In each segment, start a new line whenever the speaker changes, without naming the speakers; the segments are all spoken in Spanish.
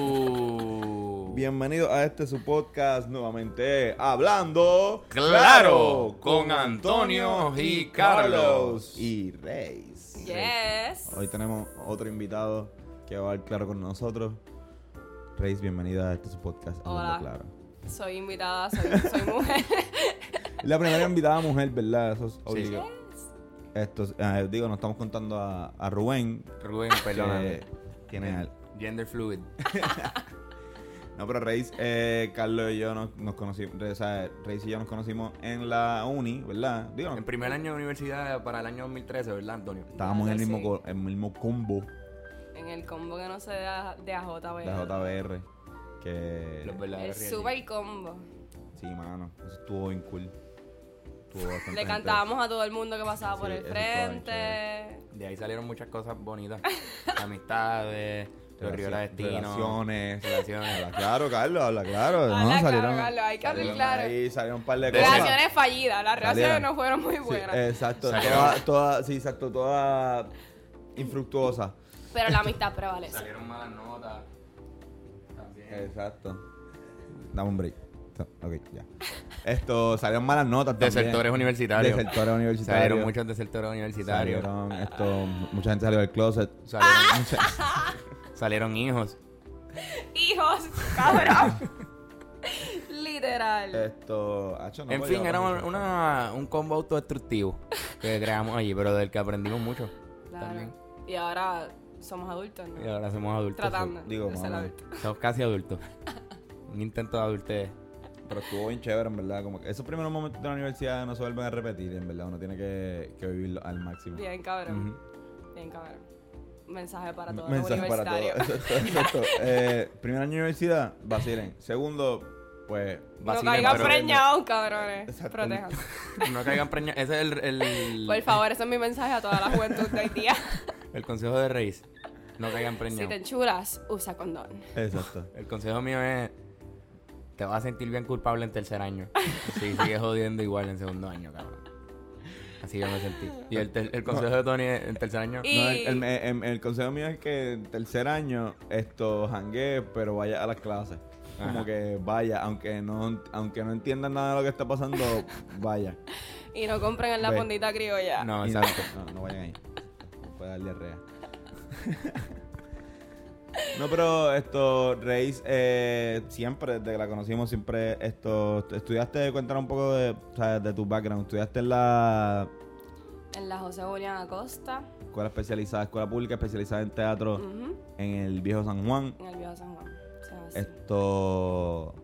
Zurru.
Bienvenido a este su podcast nuevamente hablando
Claro, con Antonio y Carlos.
y Reis.
Yes.
Hoy tenemos otro invitado que va a hablar claro con nosotros. Reis, bienvenida a este su podcast hablando
Hola.
claro.
Soy invitada, soy, soy mujer.
La primera invitada mujer, ¿verdad? Eso es obligado.
Yes.
Esto es- ah, digo, nos estamos contando a, a Rubén
Rubén,
Ah, que
perdóname.
tiene al-
Gender fluid.
No, pero Reis, eh, Carlos y yo nos, nos conocimos, o sea, Reis y yo nos conocimos en la uni, ¿verdad? Digo,
En primer año de universidad para el año 2013, ¿verdad, Antonio?
estábamos en el mismo,
Sí.
co- en el mismo combo
En el combo que no se da de AJ,
de
¿verdad?
JBR,
Los
que...
verdaderos
El
reality.
super combo.
Sí, mano, eso estuvo bien cool. Estuvo bastante
Le
gente.
cantábamos a todo el mundo que pasaba por
Sí,
el
eso estaba bien
frente.
De ahí salieron muchas cosas bonitas. Amistades, los ríos
Relaci-
destinos.
Relaciones. Habla
Relaciones.
claro, Carlos, habla claro.
Habla
no,
claro,
salieron,
Carlos, hay que hablar
salieron
claro.
Ahí salieron un par de cosas.
Relaciones fallidas, las relaciones
Salieron.
no fueron muy
Sí, eh.
buenas.
exacto,
Salieron.
toda, toda, sí, exacto, toda infructuosa.
Pero la amistad
Eh,
prevalece.
Salieron malas notas. También.
Exacto. Dame un break. So- Ok, ya. Esto, salieron malas notas también.
Desertores universitarios.
Desertores universitarios.
Salieron muchos desertores universitarios.
Salieron esto, mucha gente salió del closet.
Salieron,
Mucha-
salieron hijos.
Hijos, cabrón.
Eh,
Literal.
esto, hacho, no
en
podía
fin, era
hablar mucho.
una, un combo autodestructivo que creamos allí, pero del que aprendimos mucho.
Claro.
también.
Y ahora somos adultos, ¿no?
Y ahora somos adultos.
Tratando
pues, digo,
de ser
mamá.
adultos.
Somos casi adultos. Un intento de adultez.
Pero estuvo bien chévere, en verdad. Como que esos primeros momentos de la universidad no se vuelven a repetir, en verdad. Uno tiene que, que vivirlo al máximo.
Bien, cabrón.
Ujú.
Bien, cabrón. Mensaje para todos
Mensaje
los
para todos.
universitarios.
Exacto, exacto. Eh, primer año de universidad, vacilen. Segundo, pues.
No
Vacilen,
caigan
pero-
preñados, cabrones.
Exacto.
Protejan.
No caigan preña. Ese es el, el-
Por favor, ese es mi mensaje a toda la juventud de hoy día.
el consejo de Reis. No caigan
si te
preñados.
enchulas, usa condón.
Exacto.
El consejo mío es: te vas a sentir bien culpable en tercer año. Si sigues jodiendo igual en segundo año, cabrón. Así yo me sentí. Y el, ter- el consejo de Tony es, en tercer año.
Y-
No, el, el- el- el consejo mío es que en tercer año esto jangue, pero vaya a las clases. Como
Ajá.
que vaya, aunque no, aunque no entiendan nada de lo que está pasando, vaya.
Y no compren en la
Ve.
fondita criolla.
No,
Y no-
exacto.
No, no vayan ahí. Puede dar diarrea. No, pero esto, Reis, eh, siempre, desde que la conocimos, siempre esto, estudiaste, cuéntanos un poco de, o sea, de tu background, estudiaste en la
En la José Julián Acosta,
escuela especializada, escuela pública especializada en teatro
ujú,
en el viejo San Juan,
en el viejo San Juan. O sea, así.
Esto.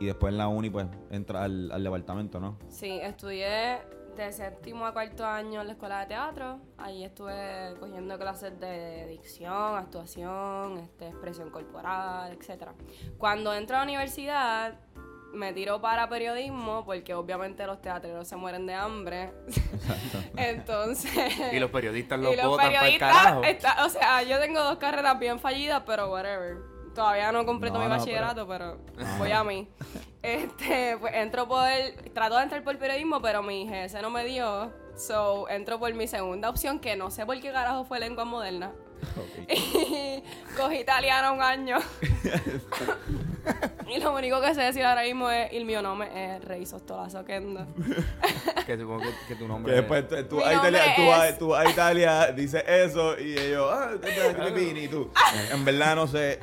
Y después en la uni, pues, entra al, al departamento, ¿no?
Sí, estudié de séptimo a cuarto año en la escuela de teatro. Ahí estuve cogiendo clases de dicción, actuación, este, expresión corporal, etc. Cuando entro a la universidad, me tiro para periodismo porque obviamente los teatreros se mueren de hambre. Entonces...
Y los periodistas
y
lo
los
botan para el
periodistas,
carajo.
está- o sea, yo tengo dos carreras bien fallidas, pero whatever. Todavía no completo
No,
mi
no,
bachillerato, pero, voy a mí. Este, pues entro por, trato de entrar por periodismo, pero mi GS no me dio. So, entro por mi segunda opción, que no sé por qué carajo fue lengua moderna. Y cogí italiano un año. y lo único que sé decir ahora mismo es, el mio nombre es Rey Sostolazo Kendo.
Que supongo que, que tu nombre
Que después tú, tú
Mi
a Italia,
nombre
tú, vas-
es-
tú vas a Italia, dices eso y ellos, ah, te- te- te vine", y tú. En verdad no sé.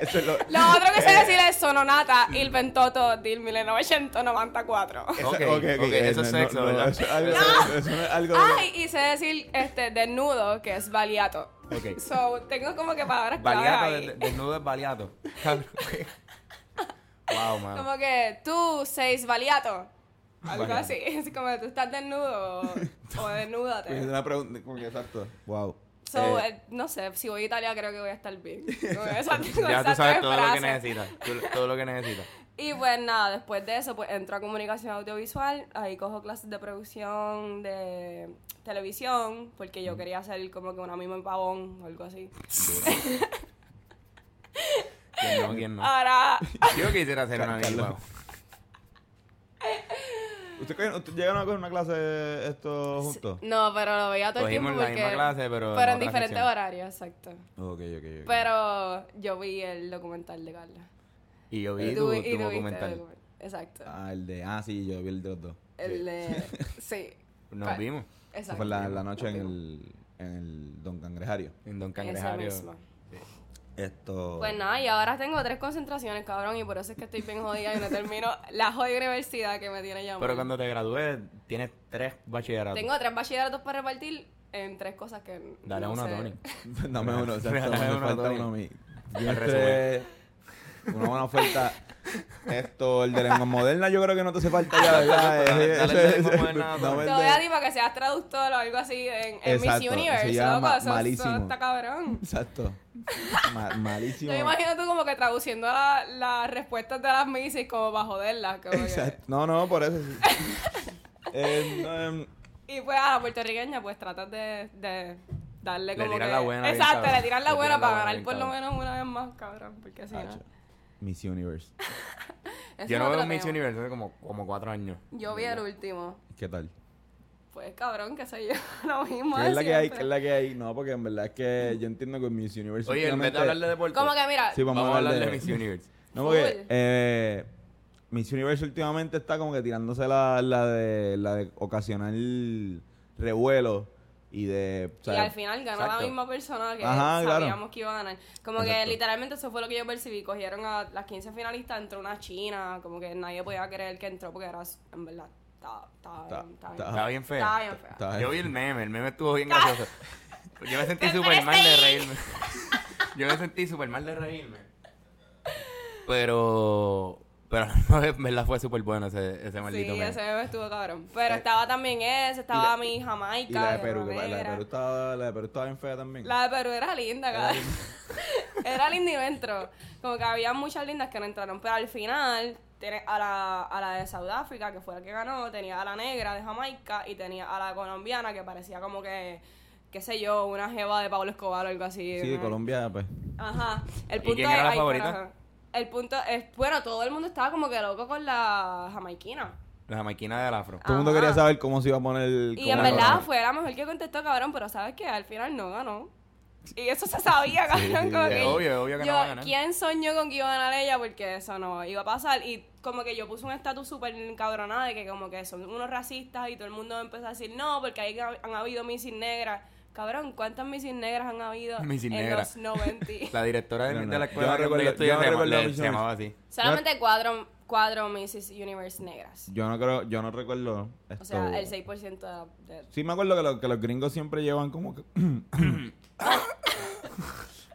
Eso es lo-
Lo otro que
Eh.
sé decir es Sononata Il Ventoto del 1994.
esa-
Ok, ok,
eh,
eso es sexo, ¿verdad?
Eso es algo, eso es algo de-
Ay, y sé decir este desnudo, que es baliato.
Ok.
So, tengo como que palabras clave
Baleato,
ahí.
de- de- desnudo es baleato. Cabrón. wow, mano.
Como que tú seis baliato. Algo así. Es como que tú estás desnudo o, o
Es
desnúdate.
una pregunta, como que exacto. Wow.
So,
Eh,
eh, no sé, si voy a Italia creo que voy a estar bien. Con esas- con
Ya tú
esas
sabes
tres
todo lo que
frases.
necesitas. tú- Todo lo que necesitas.
Y pues nada, después de eso, pues entro a comunicación audiovisual, ahí cojo clases de producción, de televisión, porque
Mm.
yo quería hacer como que una misma en pavón o algo así.
¿Quién
Ah.
no? ¿Quién no?
Ahora,
Yo quisiera hacer una
Carlos.
misma.
¿Ustedes cogieron- ustedes llegaron a coger una clase esto juntos?
No, pero lo veía todo el tiempo
Cogimos la
porque...
misma clase, pero en
pero en
otra
diferentes
sección.
horarios, exacto.
Ok, ok, ok.
Pero yo vi el documental de Carla.
Y yo vi
tú-
tu,
y
tu
tú viste el
documental.
documental. Exacto.
Ah, el de. Ah, sí, yo vi el de los dos.
El de... Sí.
Nos
Pa-
vimos
Eso
Exacto.
fue la, la noche en el, en el Don Cangrejario.
en Don
Esa
Cangrejario.
misma.
Esto.
Pues nada, y ahora tengo tres concentraciones, cabrón, y por eso es que estoy bien jodida y no termino la jodida universidad que me tiene llamada.
Pero cuando te gradúes, tienes tres bachilleratos.
Tengo tres bachilleratos para repartir en tres cosas que.
Dale
no
uno
sé.
a Tony.
Dame uno, exacto.
Regálame
Me
uno,
falta
Tony.
uno a mí.
El
Yo
resumen.
entré- Una buena oferta. Esto, el de lengua moderna, yo creo que no te hace falta ya, eh, ¿verdad?
Dale,
Ese-
dale el de
ese-
lengua
ese-
moderna,
no,
Tony.
Te
el
voy
Pues de-
a decir para que seas traductor o algo así en, en
Exacto,
Miss
eso
Universe,
ya
loco.
ma-
eso-
malísimo.
eso está cabrón.
Exacto. Ma- malísimo.
Yo me imagino tú como que traduciendo la- las respuestas de las misses como para joderlas. como que-
Exacto. No, no, por eso sí. Em, no, em,
Y pues a la puertorriqueña, pues tratas de, de darle
Le
como.
tiran
que-
la buena bien,
Exacto,
cabrón.
le tiran la
Le
buena
tiran la
para
buena
ganar
bien,
por lo
cabrón.
menos una vez más, cabrón. Porque si no.
Hacho. ah, Miss Universe.
ese
Yo
es
no
otro
veo Miss
tema.
Universe hace como, como cuatro años.
Yo vi el último.
¿Qué tal?
Pues cabrón, qué sé yo. Lo mismo.
¿Qué
de
es la que hay?
siempre.
¿Qué es la que hay? No, porque en verdad es que yo entiendo que Miss Universe.
Oye, en vez de
últimamente-
hablar de deporte,
Como que mira,
Sí,
vamos a hablar de Miss Universe.
No, porque
Full.
eh, Miss Universe últimamente está como que tirándose la, la de, la de ocasionar revuelo y de... o
y
sea,
al final ganó la
exacto.
misma persona que
Ajá, claro.
sabíamos que iba a ganar. Como que
Exacto.
literalmente eso fue lo que yo percibí. Cogieron a las 15 finalistas, entró una china, como que nadie podía creer que entró porque era, en verdad, estaba, estaba,
Ta-
bien, estaba bien.
ta-
Estaba bien
Estaba
fea.
bien fea.
Ah. está-
Yo vi el meme, el meme estuvo bien gracioso. Yo me sentí
¡Te
súper mal de
perdí!
reírme. Yo me sentí súper mal de reírme. Pero. Pero en verdad fue súper bueno ese, ese maldito
Sí,
meme.
ese bebé estuvo cabrón. Pero estaba también ese, estaba mi Jamaica.
Eh, y la de Perú, que pa-
Ron
la de
Negra.
Perú estaba, la de Perú estaba bien fea también.
La de Perú era linda, cabrón. era linda y no entró. Como que había muchas lindas que no entraron. Pero al final, tiene a la, a la de Sudáfrica, que fue la que ganó, tenía a la negra de Jamaica y tenía a la colombiana, que parecía como que, qué sé yo, una jeva de Pablo Escobar o algo así.
sí, de
¿no?
Colombia, pues.
Ajá. El
¿Y
punto
quién era
es-
la
ay,
favorita?
carajo. El punto es, bueno, todo el mundo estaba como que loco con la jamaiquina.
La máquina del afro.
Todo el mundo
Ajá.
quería saber cómo se iba a poner el...
Y
cómo
en
iba a
verdad
poner.
fue la mejor que contestó, cabrón, pero sabes que al final no ganó. Y eso se sabía, cabrón.
sí,
como
es
que
obvio, es obvio que no
yo-
va a ganar.
¿Quién soñó con que iba a ganar ella? Porque eso no iba a pasar. Y como que yo puse un estatus súper encabronada de que como que son unos racistas y todo el mundo empezó a decir, no, porque ahí han, han habido misis negras. Cabrón, ¿cuántas misis negras han habido
Missis
en
negras.
los 90?
La directora de,
No, no.
de la
Yo
escuela
no
donde
recuerdo-
estudié
yo no
se llama-
recuerdo
le-
Miss
se llamaba así.
Solamente cuatro, cuatro misis universe negras.
Yo no creo, yo no recuerdo
O sea,
esto.
el 6% de, la- de-
Sí, me acuerdo que, lo- que los gringos siempre llevan como que.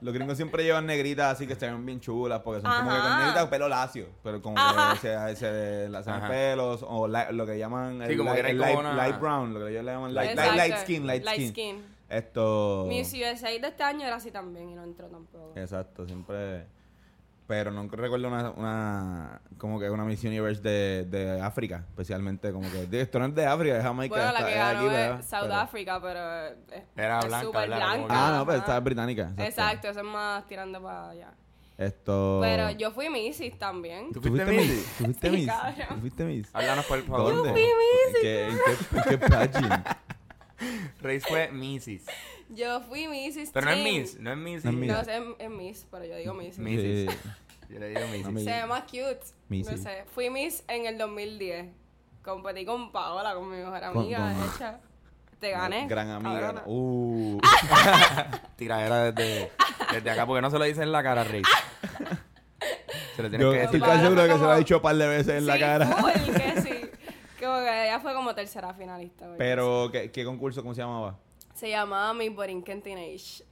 los gringos siempre llevan negritas así que se ven bien chulas porque son como que con
Ajá.
negritas pelo lacio. Pero como
Ajá.
que se, se lasan
Ajá.
pelos o la- lo que llaman.
Sí, como
light,
que era
light,
como una-
light brown, lo que ellos le llaman light, light,
Exacto.
light skin, light,
Light
skin. Oh.
skin.
Esto.
Miss USA de este año era así también y no entró tampoco.
Exacto, siempre. Pero nunca recuerdo una, una como que una Miss Universe de, de África, especialmente como que de- esto no es de África, es Jamaica,
bueno, la
está-
que
es
ganó
aquí, ¿verdad?
es South
Pero-
Africa, pero es,
Era
es
blanca,
súper
¿verdad? Como
blanca.
que-
Ah, no, pero
ajá.
esta es británica.
Exacto, eso es más tirando para allá.
Esto.
Pero yo fui Missis también.
¿Tú
Oh. ¿Tú fuiste
fuiste
Miss? ¿Tú fuiste
Sí,
Miss?
cabrón.
¿Tú fuiste Miss?
Háblanos por favor.
¿Dónde?
¿Cómo?
¿En qué, en qué, en qué pageant?
Reis fue Missis.
Yo fui Missis.
Pero no es
Teen.
Miss, no es Missis.
No es Miss.
No sé, es, es Miss, pero yo digo Missis.
Miss. Missis.
Sí.
Yo le digo Missis.
No, Miss.
Se ve más cute.
Missis.
No sé. Fui Miss en el 2010. Competí con Paola, con mi mejor
Con-
amiga.
con-
de hecho. Te gané.
Gran amiga.
cabrona. Ah,
Uh.
Tiradera desde, desde acá, porque no se lo dice en la cara a Reis. Se lo tienes
Yo
que decir.
estoy
Paola
casi seguro
fue
que se lo ha
como-
dicho un par de veces en la
Sí,
cara.
full, que sí. Como que ella fue como tercera finalista. ¿verdad?
Pero, ¿qué, ¿qué concurso? ¿Cómo se llamaba?
Se llamaba Miss Borinquen Teenage.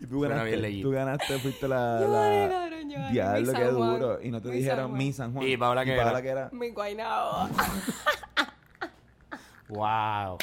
Y tú
Suena bien
ganaste.
legit.
Tú ganaste, fuiste la.
Yo
la-
gané, cabrón, yo gané.
Diablo,
Miss
qué
San Juan.
duro. Y no te
Miss
dijeron
San
mi San Juan.
¿Y Paola qué era?
que era.
Mi guainao.
Wow.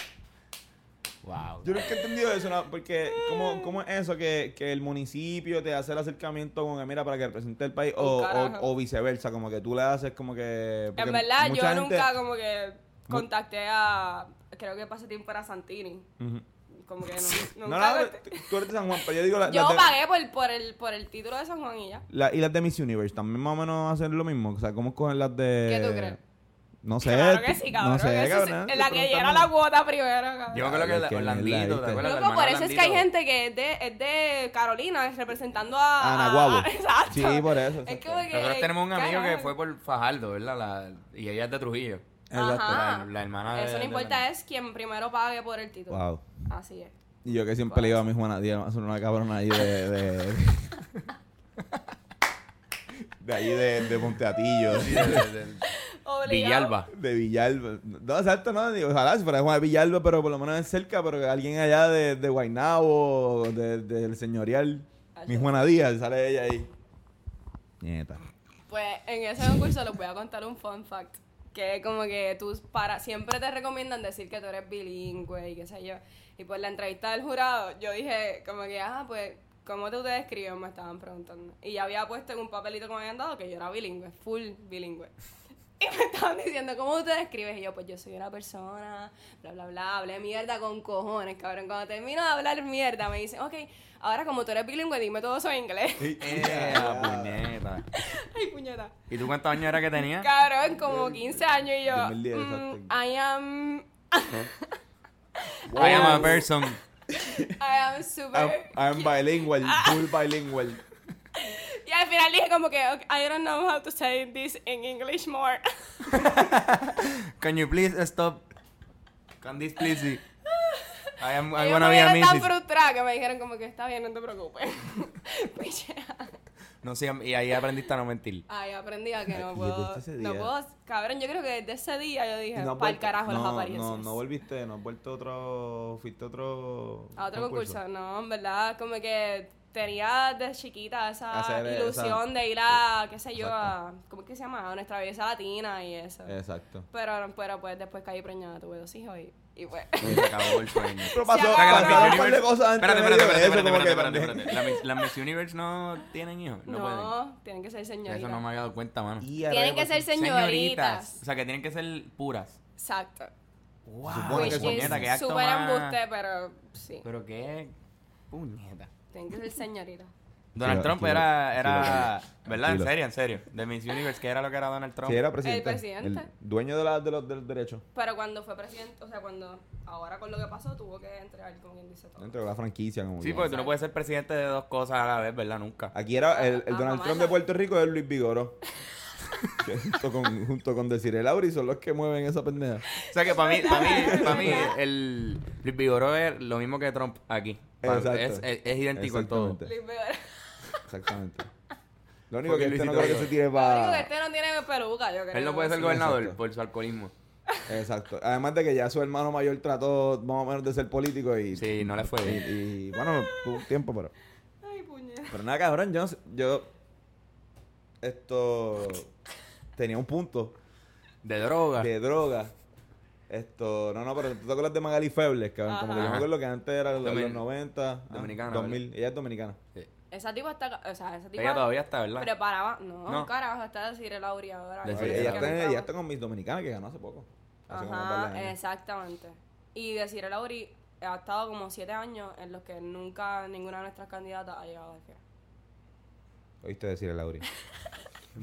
Wow.
Yo nunca he entendido eso, ¿no? porque ¿cómo, cómo es eso que, que el municipio te hace el acercamiento con que mira para que represente el país o,
Un carajo.
o- o viceversa? Como que tú le haces como que... porque
En verdad, yo
mucha gente-
nunca como que contacté a. Creo que pasé tiempo para Santini.
Ujú.
como que no,
No,
nunca
no,
lo-
t- tú eres de San Juan, pero yo digo la-
Yo
las de-
pagué por, por, el, por el título de San Juan y ya.
la- y las de Miss Universe también más o menos hacen lo mismo. O sea, ¿cómo escogen las de.
¿Qué tú crees?
No sé.
Claro que
tú-
sí, cabrón.
No sé,
eso sí,
cabrón, ¿eh?
la
te
que
preguntan-
era la cuota primero, cabrón.
Yo me acuerdo que la-
Qué mierda,
Orlandito,
¿viste?
¿te acuerdas?
Loco, por eso es que hay
Orlandito.
gente que es de, es de Carolina representando a.
A
a-
Nahuabo.
a- exacto.
Sí, por eso,
Es
exacto.
como que,
Nosotros tenemos un amigo que
carajo.
fue por Fajardo, ¿verdad? La- y ella es de Trujillo.
Exacto.
Ajá.
La, la hermana de.
Ah, Eso no
de-
importa, es quien primero pague por el título.
Wow.
Así es.
Y yo que siempre le digo a mi Juana Díaz, vamos a hacer una cabrona ahí de. De, de ahí de, de Monteatillo.
Sí, de- de- de-
Obligado.
Villalba.
De Villalba. No, exacto, no. digo, Ojalá si fuera Juan de Villalba, pero por lo menos es cerca, pero que alguien allá de, de Guaynabo, o de- del señorial. Mi Juana Díaz, sale ella ahí. Nieta.
Pues en ese concurso les voy a contar un fun fact. Que como que tú para, siempre te recomiendan decir que tú eres bilingüe y qué sé yo. Y por la entrevista del jurado, yo dije como que, ah, pues, ¿cómo tú te describes? Me estaban preguntando. Y ya había puesto en un papelito que me habían dado que yo era bilingüe, full bilingüe. Y me estaban diciendo, ¿cómo tú te describes? Y yo, pues yo soy una persona, bla, bla, bla, hablé mierda con cojones, cabrón. Cuando termino de hablar mierda, me dicen, ok, ahora como tú eres bilingüe, dime todo eso en inglés.
Eh, puñeta.
Ay, puñeta.
¿Y tú cuántos años era que tenía?
Cabrón, como 15 años y yo.
2010,
mm,
exacto.
I am.
I am a person.
I am super.
I'm, I'm bilingual,
Ah.
full bilingual.
Y al final dije, como que, "Ok, I don't know how to say this in English more.
Can you please stop? Can this please be? I am I
Ellos
wanna
me
be a
vieron tan
missus.
frustrada que me dijeron, como que está bien, no te preocupes. Pichea.
No sé, y ahí aprendiste a no mentir.
Ay, aprendí a que no
Ay,
puedo.
desde ese
No
día.
puedo. Cabrón, yo creo que desde ese día yo dije,
Y no has
para el
vuelto-
carajo las
no,
apariencias.
No, no volviste, no has vuelto otro. Fuiste a otro.
A otro concurso. no, en verdad, como que tenía de chiquita esa
Hacer esa-
ilusión de ir a, qué sé yo, a, ¿cómo es que se llama? A nuestra belleza latina y eso.
Exacto.
Pero, pero pues después caí preñada, tuve dos hijos y, y pues...
Y se acabó el sueño.
Pero
pasó-
pasó,
acabó. pasaron
pasaron
Miss
un par de
Universe-
cosas antes
Espérate, espérate, espérate, espérate, espérate,
de eso, como que
espérate, espérate. La Miss- Las Miss Universe no tienen hijos, no, pueden.
No, tienen que ser señoritas.
Eso no me había dado cuenta, mano.
Y
Tienen que ser señoritas.
O sea, que tienen que ser puras.
Exacto.
Wow,
Supone
Which
que
is
puñeta, que acto
súper
más-
embuste, pero sí,
Pero qué puñeta.
tienen que ser señoritas.
Donald
Quiero-
Trump
quiero-
era, era
quiero-
¿verdad? En
tranquilo.
serio, en serio. De Miss Universe, que era lo que era Donald Trump.
Sí, era presidente.
El presidente.
dueño de, la, de los, de los derechos.
Pero cuando fue presidente, o sea, cuando ahora con lo que pasó tuvo que entregar, como quien dice todo.
Dentro de la franquicia, como
Sí, pues,
que-
porque tú no puedes ser presidente de dos cosas a la vez, ¿verdad? Nunca.
Aquí era el, el
Ah,
Donald
mamá,
Trump
no.
de Puerto Rico es Luis Vigoro. Que junto con, junto con Desiree Lauri son los que mueven esa pendeja.
O sea que para mí, para mí, para mí, el Luis Vigoró es lo mismo que Trump aquí. Pa-
Exacto.
Es, es- es idéntico en todo.
Exactamente.
Luis Vidal.
Exactamente. Lo único
Porque
que este
Luisito
no creo que
Vigoró.
se tire
Lo único que
para.
este no tiene peluca, yo creo.
Él no puede ser
Sí.
gobernador
exacto.
por su alcoholismo.
Exacto. Además de que ya su hermano mayor trató más o menos de ser político y.
Sí, no le fue
Y,
bien.
y, bueno, tuvo un tiempo, pero.
Ay, puñeta.
Pero nada, cabrón, yo no sé- Yo. Esto. Tenía un punto
De droga.
de droga. Esto. No, no, pero tú te acuerdas de Magali Febles, cabrón. Como que yo
Ajá.
me acuerdo que antes era los,
Domin-
los 90. ah,
Dominicana,
2000. Ella es dominicana.
Sí.
Esa tipa está. O sea, esa tipa.
Ella todavía está, ¿verdad?
Preparaba. No,
No.
carajo, está Desiree Lauri ahora.
Desiree
Oye,
sí,
ella,
sí.
está, en-
Estaba-
ella está con Miss Dominicana que ganó hace poco. Hace como un par de
Ajá,
años.
exactamente. Y Desiree Lauri ha estado como siete años en los que nunca ninguna de nuestras candidatas ha llegado al final.
Oíste decir el Lauri.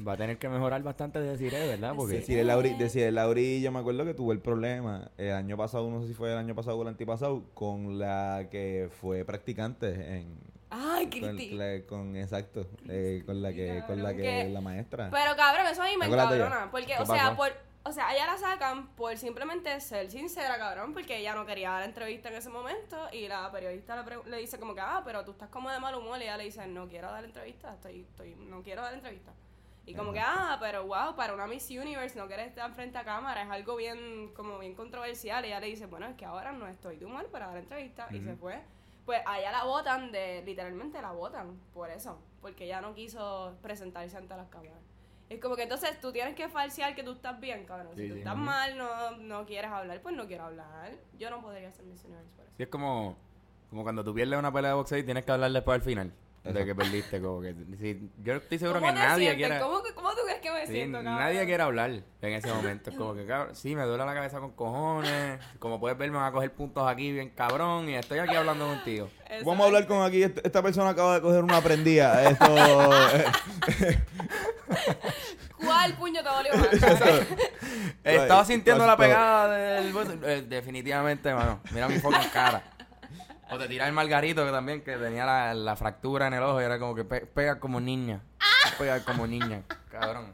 Va a tener que mejorar bastante de decir, eh, ¿verdad? Porque
Decir el Lauri, decir el Lauri, yo me acuerdo que tuvo el problema el año pasado, no sé si fue el año pasado o el antipasado, con la que fue practicante en
Ay,
con,
Cristi.
la- con- exacto, eh, con la que con la
Cabrón,
que
que-
la maestra.
Pero cabrón, eso a mí me
¿Te acuerdas de ella?
encabrona. Porque,
¿Qué
o sea,
pasó?
por, o sea, a ella la sacan por simplemente ser sincera, cabrón, porque ella no quería la entrevista en ese momento. Y la periodista le, pregu- le dice como que, ah, pero tú estás como de mal humor. Y ella le dice, no quiero dar entrevista, estoy, estoy, no quiero dar entrevista. Y como que, ah, pero wow, para una Miss Universe no querer estar frente a cámara es algo bien, como bien controversial. Y ella le dice, bueno, es que ahora no estoy de humor para dar entrevista. Y se fue. Pues a ella la votan de, literalmente la votan por eso, porque ella no quiso presentarse ante las cámaras. Es como que entonces tú tienes que falsear que tú estás bien, cabrón. Si
Sí,
tú
sí,
estás
ujú.
mal, no, no quieres hablar, pues no quiero hablar. Yo no podría ser Miss Universe por eso.
Sí, es como, como cuando tú pierdes una pelea de boxeo y tienes que hablar después al final. de que perdiste. Como que, sí, yo estoy seguro
¿Cómo
que
te
nadie
sientes?
quiere.
¿Cómo, que- cómo tú crees que me
sí,
siento, cabrón?
nadie quiere hablar en ese momento. Es como que, cabrón, sí, me duele la cabeza con cojones. Como puedes ver, me van a coger puntos aquí bien cabrón. Y estoy aquí hablando contigo.
Exacto.
Vamos a hablar con aquí. Esta esta persona acaba de coger una prendida. Esto.
¿Cuál puño te dolió más? cabrón?
Estaba
Ay,
sintiendo la
casi todo.
pegada del bolso. Eh, definitivamente, mano. Mira mi foco en cara. O te tiras el margarito que también, que tenía la, la fractura en el ojo y era como que pe- pega como niña. Pega como niña, cabrón.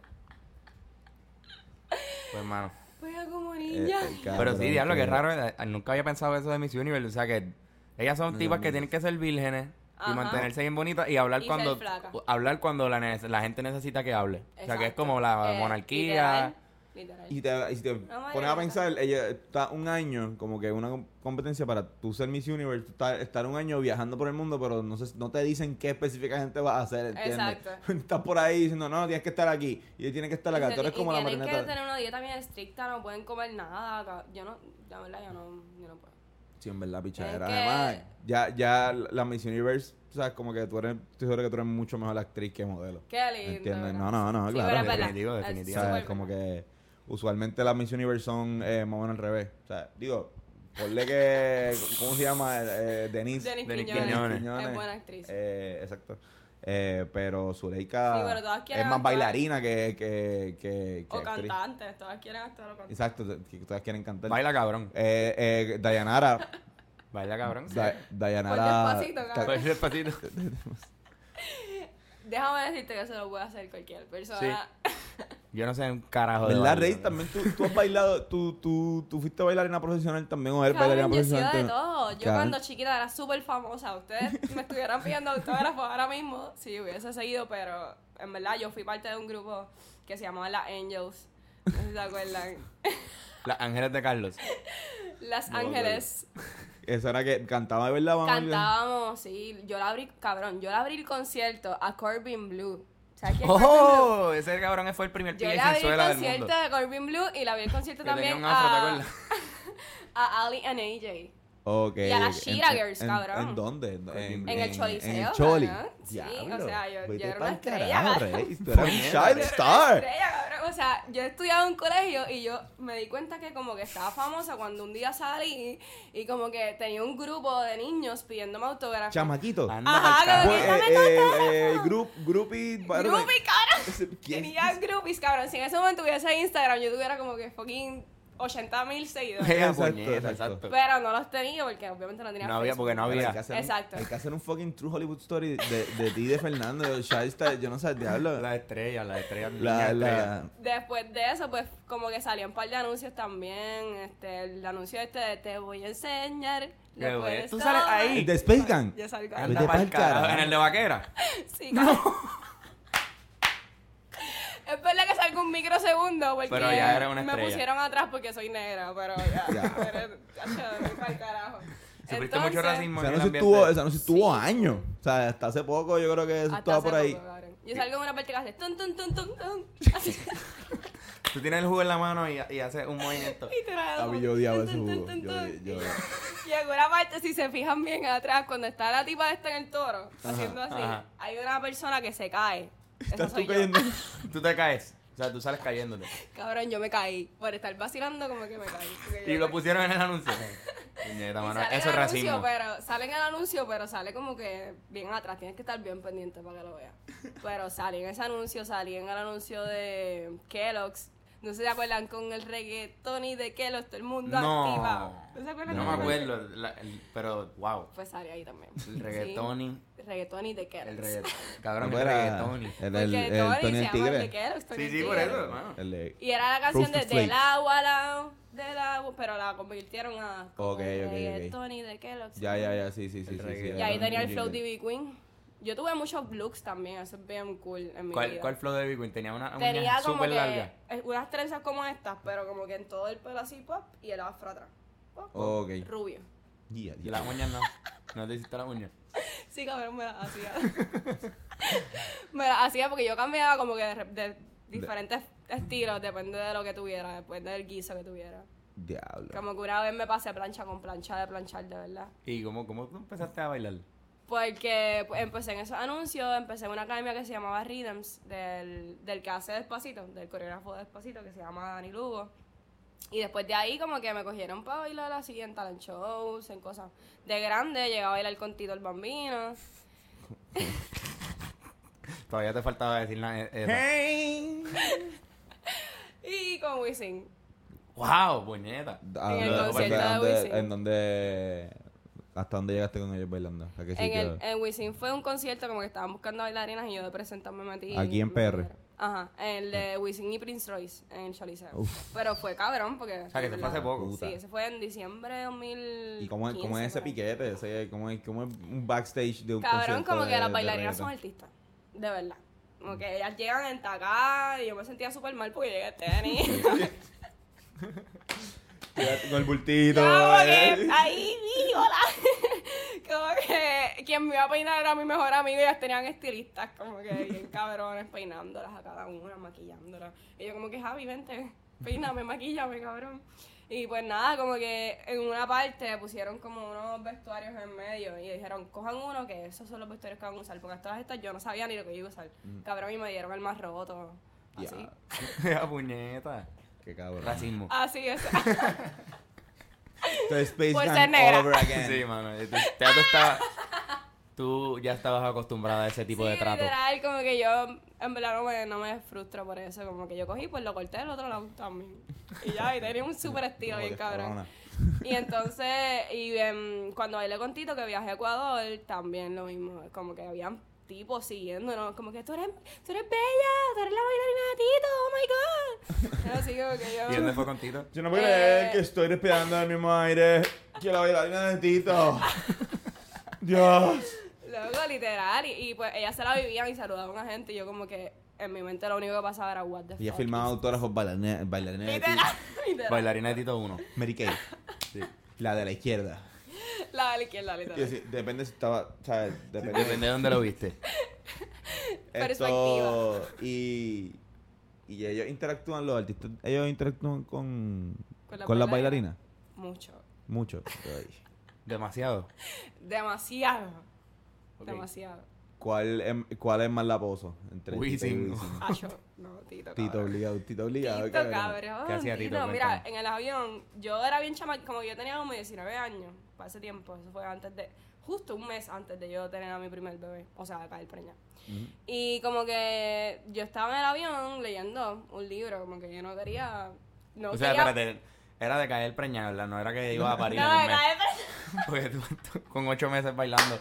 Pues, mano.
Pega como
eh,
niña.
Pero sí, diablo,
que
que raro. eh, Nunca había pensado eso de Miss Universe. O sea que ellas son tipas que tienen que ser vírgenes y
Ajá.
mantenerse bien bonitas y hablar
Y ser
cuando
flacas.
hablar cuando la, nece- la gente necesita que hable. O sea que es
Exacto.
como la
Eh,
monarquía.
Literal. literal.
Y te, y si te
Vamos a
pones a
regresar.
pensar, ella está un año, como que una com- competencia para tú ser Miss Universe, tú estar, estar un año viajando por el mundo, pero no, sé- no te dicen qué específicamente vas a hacer, ¿entiendes?
Exacto.
Estás por ahí diciendo, no, tienes que estar aquí, y tienes que estar acá, tú eres
Y
como la
tienen que
marioneta.
tener una dieta bien estricta, no pueden comer nada. ca- Yo no, la verdad, yo no, yo no puedo.
Sí, en verdad, pichadera.
Tienes que-
Además, ya, ya la la Miss Universe, o sea, como que tú eres, estoy seguro que tú eres mucho mejor actriz que modelo.
Qué lindo.
¿Entiendes? No,
¿verdad?
no, no,
Sí,
claro.
pero es verdad.
definitivo,
Es
O
definitivo.
sea,
súper
como
verdad.
que usualmente las Miss Universe son eh, más o menos al revés. O sea, digo, ponle que. ¿Cómo se llama? Eh, Denise.
Denise
Denise
Quiñones.
Quiñones.
Es buena actriz.
Eh, exacto. Eh, pero Zuleika
Sí, pero todas quieren
es más
actuar.
bailarina que, que, que, que
o
actriz.
cantantes, todas quieren actuar o cantar.
Exacto, que todas quieren cantar.
Baila cabrón.
Eh, eh, Dayanara.
Baila cabrón.
Da- Dayanara.
Por despacito,
ta-
cabrón.
Pues despacito.
Déjame decirte que se lo puede hacer cualquier persona.
Pues Yo no sé un carajo de
¿Verdad,
baile,
Rey?
¿no?
También tú, tú has bailado, tú, tú, tú fuiste bailarina profesional también o eres
Cabrón,
bailarina
yo he sido
profesional.
de
también?
todo. Yo
Cabrón.
cuando chiquita era súper famosa. Ustedes me estuvieran pidiendo autógrafos ahora mismo si hubiese seguido, pero en verdad yo fui parte de un grupo que se llamaba Las Angels. No sé si se acuerdan.
Las Ángeles de Carlos.
Las
No,
Ángeles.
Eso era que cantaba de verdad, vamos a bailar.
Cantábamos, sí. Yo la abrí, cabrón, yo la abrí el concierto a Corbin Blue. ¿Sabes quién es Corbin Blue?
¡Oh! Ese cabrón fue el primer
Yo
pie
le abrí el
sensuela del mundo.
concierto de Corbin Blue y le abrí el concierto
Que tenía
también
un afro,
a,
¿te acuerdas?
a Ali and
Eh.
AJ.
Ok.
Y a las
¿En-
Shira
en-
Girls,
en-
cabrón.
¿En dónde? En,
En
el Choliseo,
En el Choli.
cabrón. Sí,
Diablo,
o sea, yo- yo
vete
era una
pa'l
estrella.
carajo, Rey. Tú eras un
Puñeta.
child star.
Estrella, cabrón. O sea, yo estudiaba en un colegio y yo me di cuenta que como que estaba famosa cuando un día salí y como que tenía un grupo de niños pidiéndome autógrafos.
Chamaquito.
Anda
Ajá,
pa'l carajo.
que-
Pues, eh, eh, eh, group, groupie.
Groupies, cabrón.
¿Quién?
Tenía groupies, cabrón. Si en ese momento hubiese Instagram, yo tuviera como que fucking 80 mil seguidores.
Ea,
Exacto,
puñeta,
exacto.
exacto.
Pero no los tenía porque obviamente no tenía
No había,
Facebook.
porque no
Pero
había.
hay que hacer un-
Exacto.
hay que hacer un fucking true Hollywood story de, de ti y de Fernando. de Child star, yo no sé, diablo.
Las estrellas, las estrellas.
La,
niñas estrellas.
la.
Después de eso, pues como que salían un par de anuncios también. Este, el anuncio este de te voy a enseñar. lo
Qué bueno.
puedes
Tú sales
tomar".
ahí.
De Space Ah, Gun.
Yo salgo ahí.
Anda
Vete
pa'l
pa'l
carajo.
carajo.
En el de vaquera.
Sí, cabrón. Es verdad que salgo un microsegundo porque
Pero ya era una
me
estrella.
pusieron atrás porque soy negra, pero ya.
Ya.
pero, chacho, voy pa'l carajo.
Sufriste mucho racismo
O
en
sea, no
el
se
ambiente.
tuvo, o sea, no se tuvo años. O sea, hasta hace poco yo creo que eso
hasta
estaba
hace
por ahí.
poco, cabrón. Yo salgo en una parte que hace tun, tun, tun, tun, tun. Así,
Tú tienes el jugo en la mano y, y haces un movimiento.
y te la dejo.
A mí Ah, yo odiaba
Tun,
ese
tun,
jugo.
tun,
Yo,
tun.
yo,
Y en una parte, si se fijan bien atrás, cuando está la tipa esta en el toro,
Ajá,
haciendo así,
ajá.
hay una persona que se cae. Esa
estás
soy
tú
yo.
cayendo.
Tú te caes. O sea, tú sales cayéndote.
Cabrón, yo me caí. Por estar vacilando, como que me caí. porque yo
Y lo
me-
pusieron en el anuncio. Puñeta,
Y
mano,
sale
Eso es
el anuncio,
racismo.
Pero, sale en el anuncio, pero sale como que bien atrás. Tienes que estar bien pendiente para que lo veas. Pero salí en ese anuncio, salí en el anuncio de Kellogg's. No sé si se acuerdan con el reggaetón y de Kellogg's, todo el mundo
No.
activado. ¿No se acuerdan?
No me
de Kellogg's?
acuerdo. la- el- pero, wow.
Pues salí ahí también.
El reggaetón y.
Sí, reggaetón y de Kellogg's.
El reggaetón. Cabrón,
No,
el
era
reggaetón. y-
El,
Porque
el, el
Tony
Tony el
se llama el de
Tigre.
Kellogg's, Tony
Sí,
el
sí, por
Tigre.
eso, hermano.
El de-
Y era la canción de
Roasted
Del
Flakes.
agua, la, del agua, pero la convirtieron a como
Ok, ok, ok.
reggaetón y de Kellogg's.
Ya, ya, ya, sí, sí, sí. sí, sí,
reggae.
Y ahí
era
tenía
un
el flow
jingle.
TV Queen. Yo tuve muchos looks también, eso es bien cool en mi
¿Cuál,
vida.
¿Cuál flow de Big Queen? Tenía una
Tenía
uña
como que
súper larga.
eh, unas trenzas como estas, pero como que en todo el pelo así pop y el afro atrás. Pop, pop,
Ok.
Rubio.
Yeah,
Y
yeah.
las uñas no. No te hiciste las uñas.
Sí, cabrón, me la hacía. me la hacía porque yo cambiaba como que de, re- de diferentes estilos, depende de lo que tuviera, depende del guiso que tuviera.
Diablo.
Como que una vez me pasé plancha con plancha de planchar, de verdad.
¿Y cómo, cómo tú empezaste a bailar?
Porque pues, empecé en esos anuncios, empecé en una academia que se llamaba Rhythms, del, del que hace Despacito, del coreógrafo de Despacito, que se llama Dani Lugo. Y después de ahí como que me cogieron para bailar así en talent shows, en cosas de grande. Llegué a bailar con Tito el Bambino.
Todavía te faltaba decir la. eh, eh,
Hey.
Y con Wisin.
¡Wow! Puñeta.
Ah,
En el
¿dónde-
concierto de
dónde-
Wisin.
¿En dónde? ¿Hasta dónde llegaste con ellos bailando? ¿A qué
En,
sitio?
el, en Wisin fue un concierto como que estaban buscando bailarinas y yo de presentarme me metí.
Aquí en PR.
Ajá, en el de Wisin y Prince Royce, en el Choliseo.
Uf.
Pero fue cabrón porque...
sea, que se fue hace poco.
Sí, ese fue en diciembre de 2015.
¿Y cómo es, cómo es ese
por ahí.
piquete? Ese, ¿cómo, es, ¿Cómo es un backstage de un
Cabrón,
concierto
como
de-
que las
de
bailarinas son
reggaetón?
artistas, de verdad. Como que ellas llegan en tacada y yo me sentía súper mal porque llegué tenis.
Cuidado Con el bultito.
como
eh.
que ahí vi, hola. como que quien me iba a peinar era mi mejor amigo y ellas tenían estilistas, como que bien cabrones, peinándolas a cada una, maquillándolas. Y yo como que, Javi, vente, peíname, maquillame, cabrón. Y pues nada, como que en una parte pusieron como unos vestuarios en medio y dijeron, cojan uno, que esos son los vestuarios que van a usar, porque a todas estas yo no sabía ni lo que iba a usar. Cabrón, y me dieron el más roto. Así.
Ya,
Ya, puñeta.
Qué cabrón.
Racismo.
Así es.
Esto es Space
Por
Jam
ser negra.
all over again.
Sí, mano. este- Ya tú estabas. Tú ya estabas acostumbrada a ese tipo de
Sí,
trato.
literal, como que yo en verdad no me, no me frustro por eso. Como que yo cogí, pues lo corté del otro lado también. Y ya, y tenía un super estilo
Como
bien
que
cabrón.
cabrona.
Y entonces, y em, cuando bailé con Tito, que viajé a Ecuador, también lo mismo. Como que habían tipos siguiéndonos. Como que tú eres, tú eres bella, tú eres la bailarina de Tito, oh my god. Así como que yo.
¿Y dónde fue contigo?
Yo no puedo
Eh.
creer que estoy respirando el mismo aire que la bailarina de Tito. Dios.
Luego, literal, y, y, pues ellas se la vivían y saludaban a gente. Y yo, como que en mi mente lo único que pasaba era what the
Ella
fuck.
firmaba autógrafos bailarina, bailarina de Tito.
Literal, literal.
Bailarina de Tito 1.
Mary Kay. La de la izquierda.
La de la izquierda,
Y
literal.
así, depende si estaba. ¿Sabes? Depende.
Depende de dónde lo viste.
Esto, y, y ellos interactúan, los artistas, ellos interactúan con, con,
Con las
las
bailarinas.
bailarinas.
Mucho.
Mucho. Ay.
Demasiado.
Demasiado.
Ok.
Demasiado.
¿Cuál es, ¿Cuál es más laposo? Entre
Wisin.
Tito y Wisin?
Acho. Ah, No, Tito.
Tito
cabrón.
obligado, Tito obligado.
Tito,
cabrón.
cabrón.
¿Qué hacía Tito?
Tito, mira,
Cuéntame.
en el avión, yo era bien chama, como yo tenía como 19 años, para ese tiempo, eso fue antes de, justo un mes antes de yo tener a mi primer bebé, o sea, de caer preñada. Y como que yo estaba en el avión leyendo un libro, como que yo no quería, no
o sea,
quería...
espérate. Era de caer preñada, ¿verdad? No era que iba a parir.
no,
en un
de
mes.
caer preñada.
Porque tú, tú con ocho meses bailando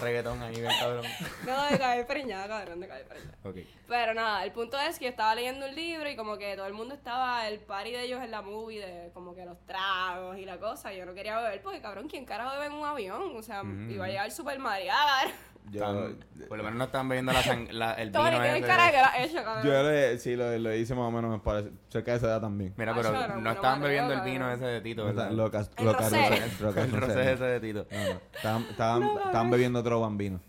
reggaetón ahí, bien cabrón.
No, de caer preñada, cabrón, de caer preñada.
Ok.
Pero nada, el punto es que yo estaba leyendo un libro y como que todo el mundo estaba, el party de ellos en la movie, de como que los tragos y la cosa. Yo no quería beber porque, cabrón, ¿quién carajo bebe en un avión? O sea,
Mm.
iba a llegar super mareada. cabrón.
Yo,
Están- por lo menos no están bebiendo la sang- la- el
Tony,
vino
tienes
ese.
cara de que lo has hecho, cabrón.
yo lo, sí, lo, lo hice más o menos para, cerca de esa edad también.
Mira,
Ah,
pero
yo no,
no
no
estaban
me atrevo,
bebiendo el vino
cabrón.
ese de Tito,
No
¿verdad?
están- Locas,
El
locas,
rosé.
rosé, locas,
el
rosé.
rosé ese de Tito.
No, no. Estaban, estaban, estaban bebiendo otro bambino.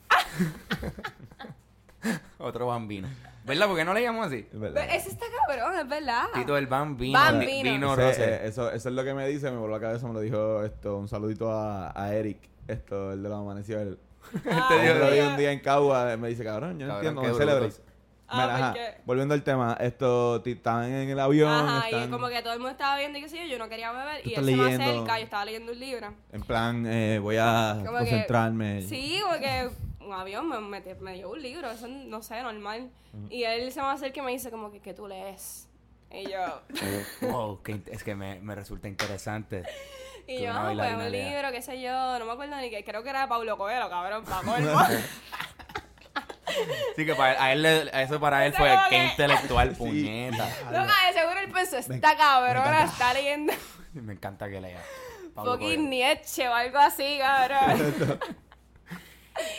Otro bambino. ¿Verdad? Porque no le llamamos así.
Es verdad.
Pero eh, ese está cabrón, es verdad.
Tito el bambino.
Bambino.
di- Vino
Ese-
rosé.
eh, eso, eso es lo que me dice, me voló la cabeza, me lo dijo esto, un saludito a, a Eric, esto, el de los amanecidos. el-
Ah,
este Te dio-
Yo lo vi
mira.
un día en Cagua, eh, me dice, cabrón, yo no
Cabrón,
entiendo,
qué
no celebro.
brutos.
Ah,
Mira, ajá,
porque-
volviendo al tema, esto, ti- están en el avión,
Ajá, y
están
como que todo el mundo estaba viendo y qué sé yo, yo no quería beber.
Tú
Y él
estás
se me
leyendo.
acerca, yo estaba leyendo un libro.
en plan, eh, voy a
Como que-
concentrarme.
Sí, porque un avión me, me, te- me dio un libro, eso no sé, normal. Y él se me acerca y me dice como que, que tú lees. Y yo,
eh.
Wow, que, es que me, me resulta interesante.
y
Tú
yo,
una
ah, pues
bailarina
un
lea.
libro, qué sé yo, no me acuerdo ni que, creo que era de Pablo Coelho, cabrón, pa' colmo.
Sí, que para, a él, le- a eso para él
Ese
fue
como
qué
que-
intelectual, puñeta.
Loca, de seguro él pensó, esta cabrona está leyendo
Me encanta que lea. Pablo
fucking
Coelho.
Nietzsche o algo así, cabrón.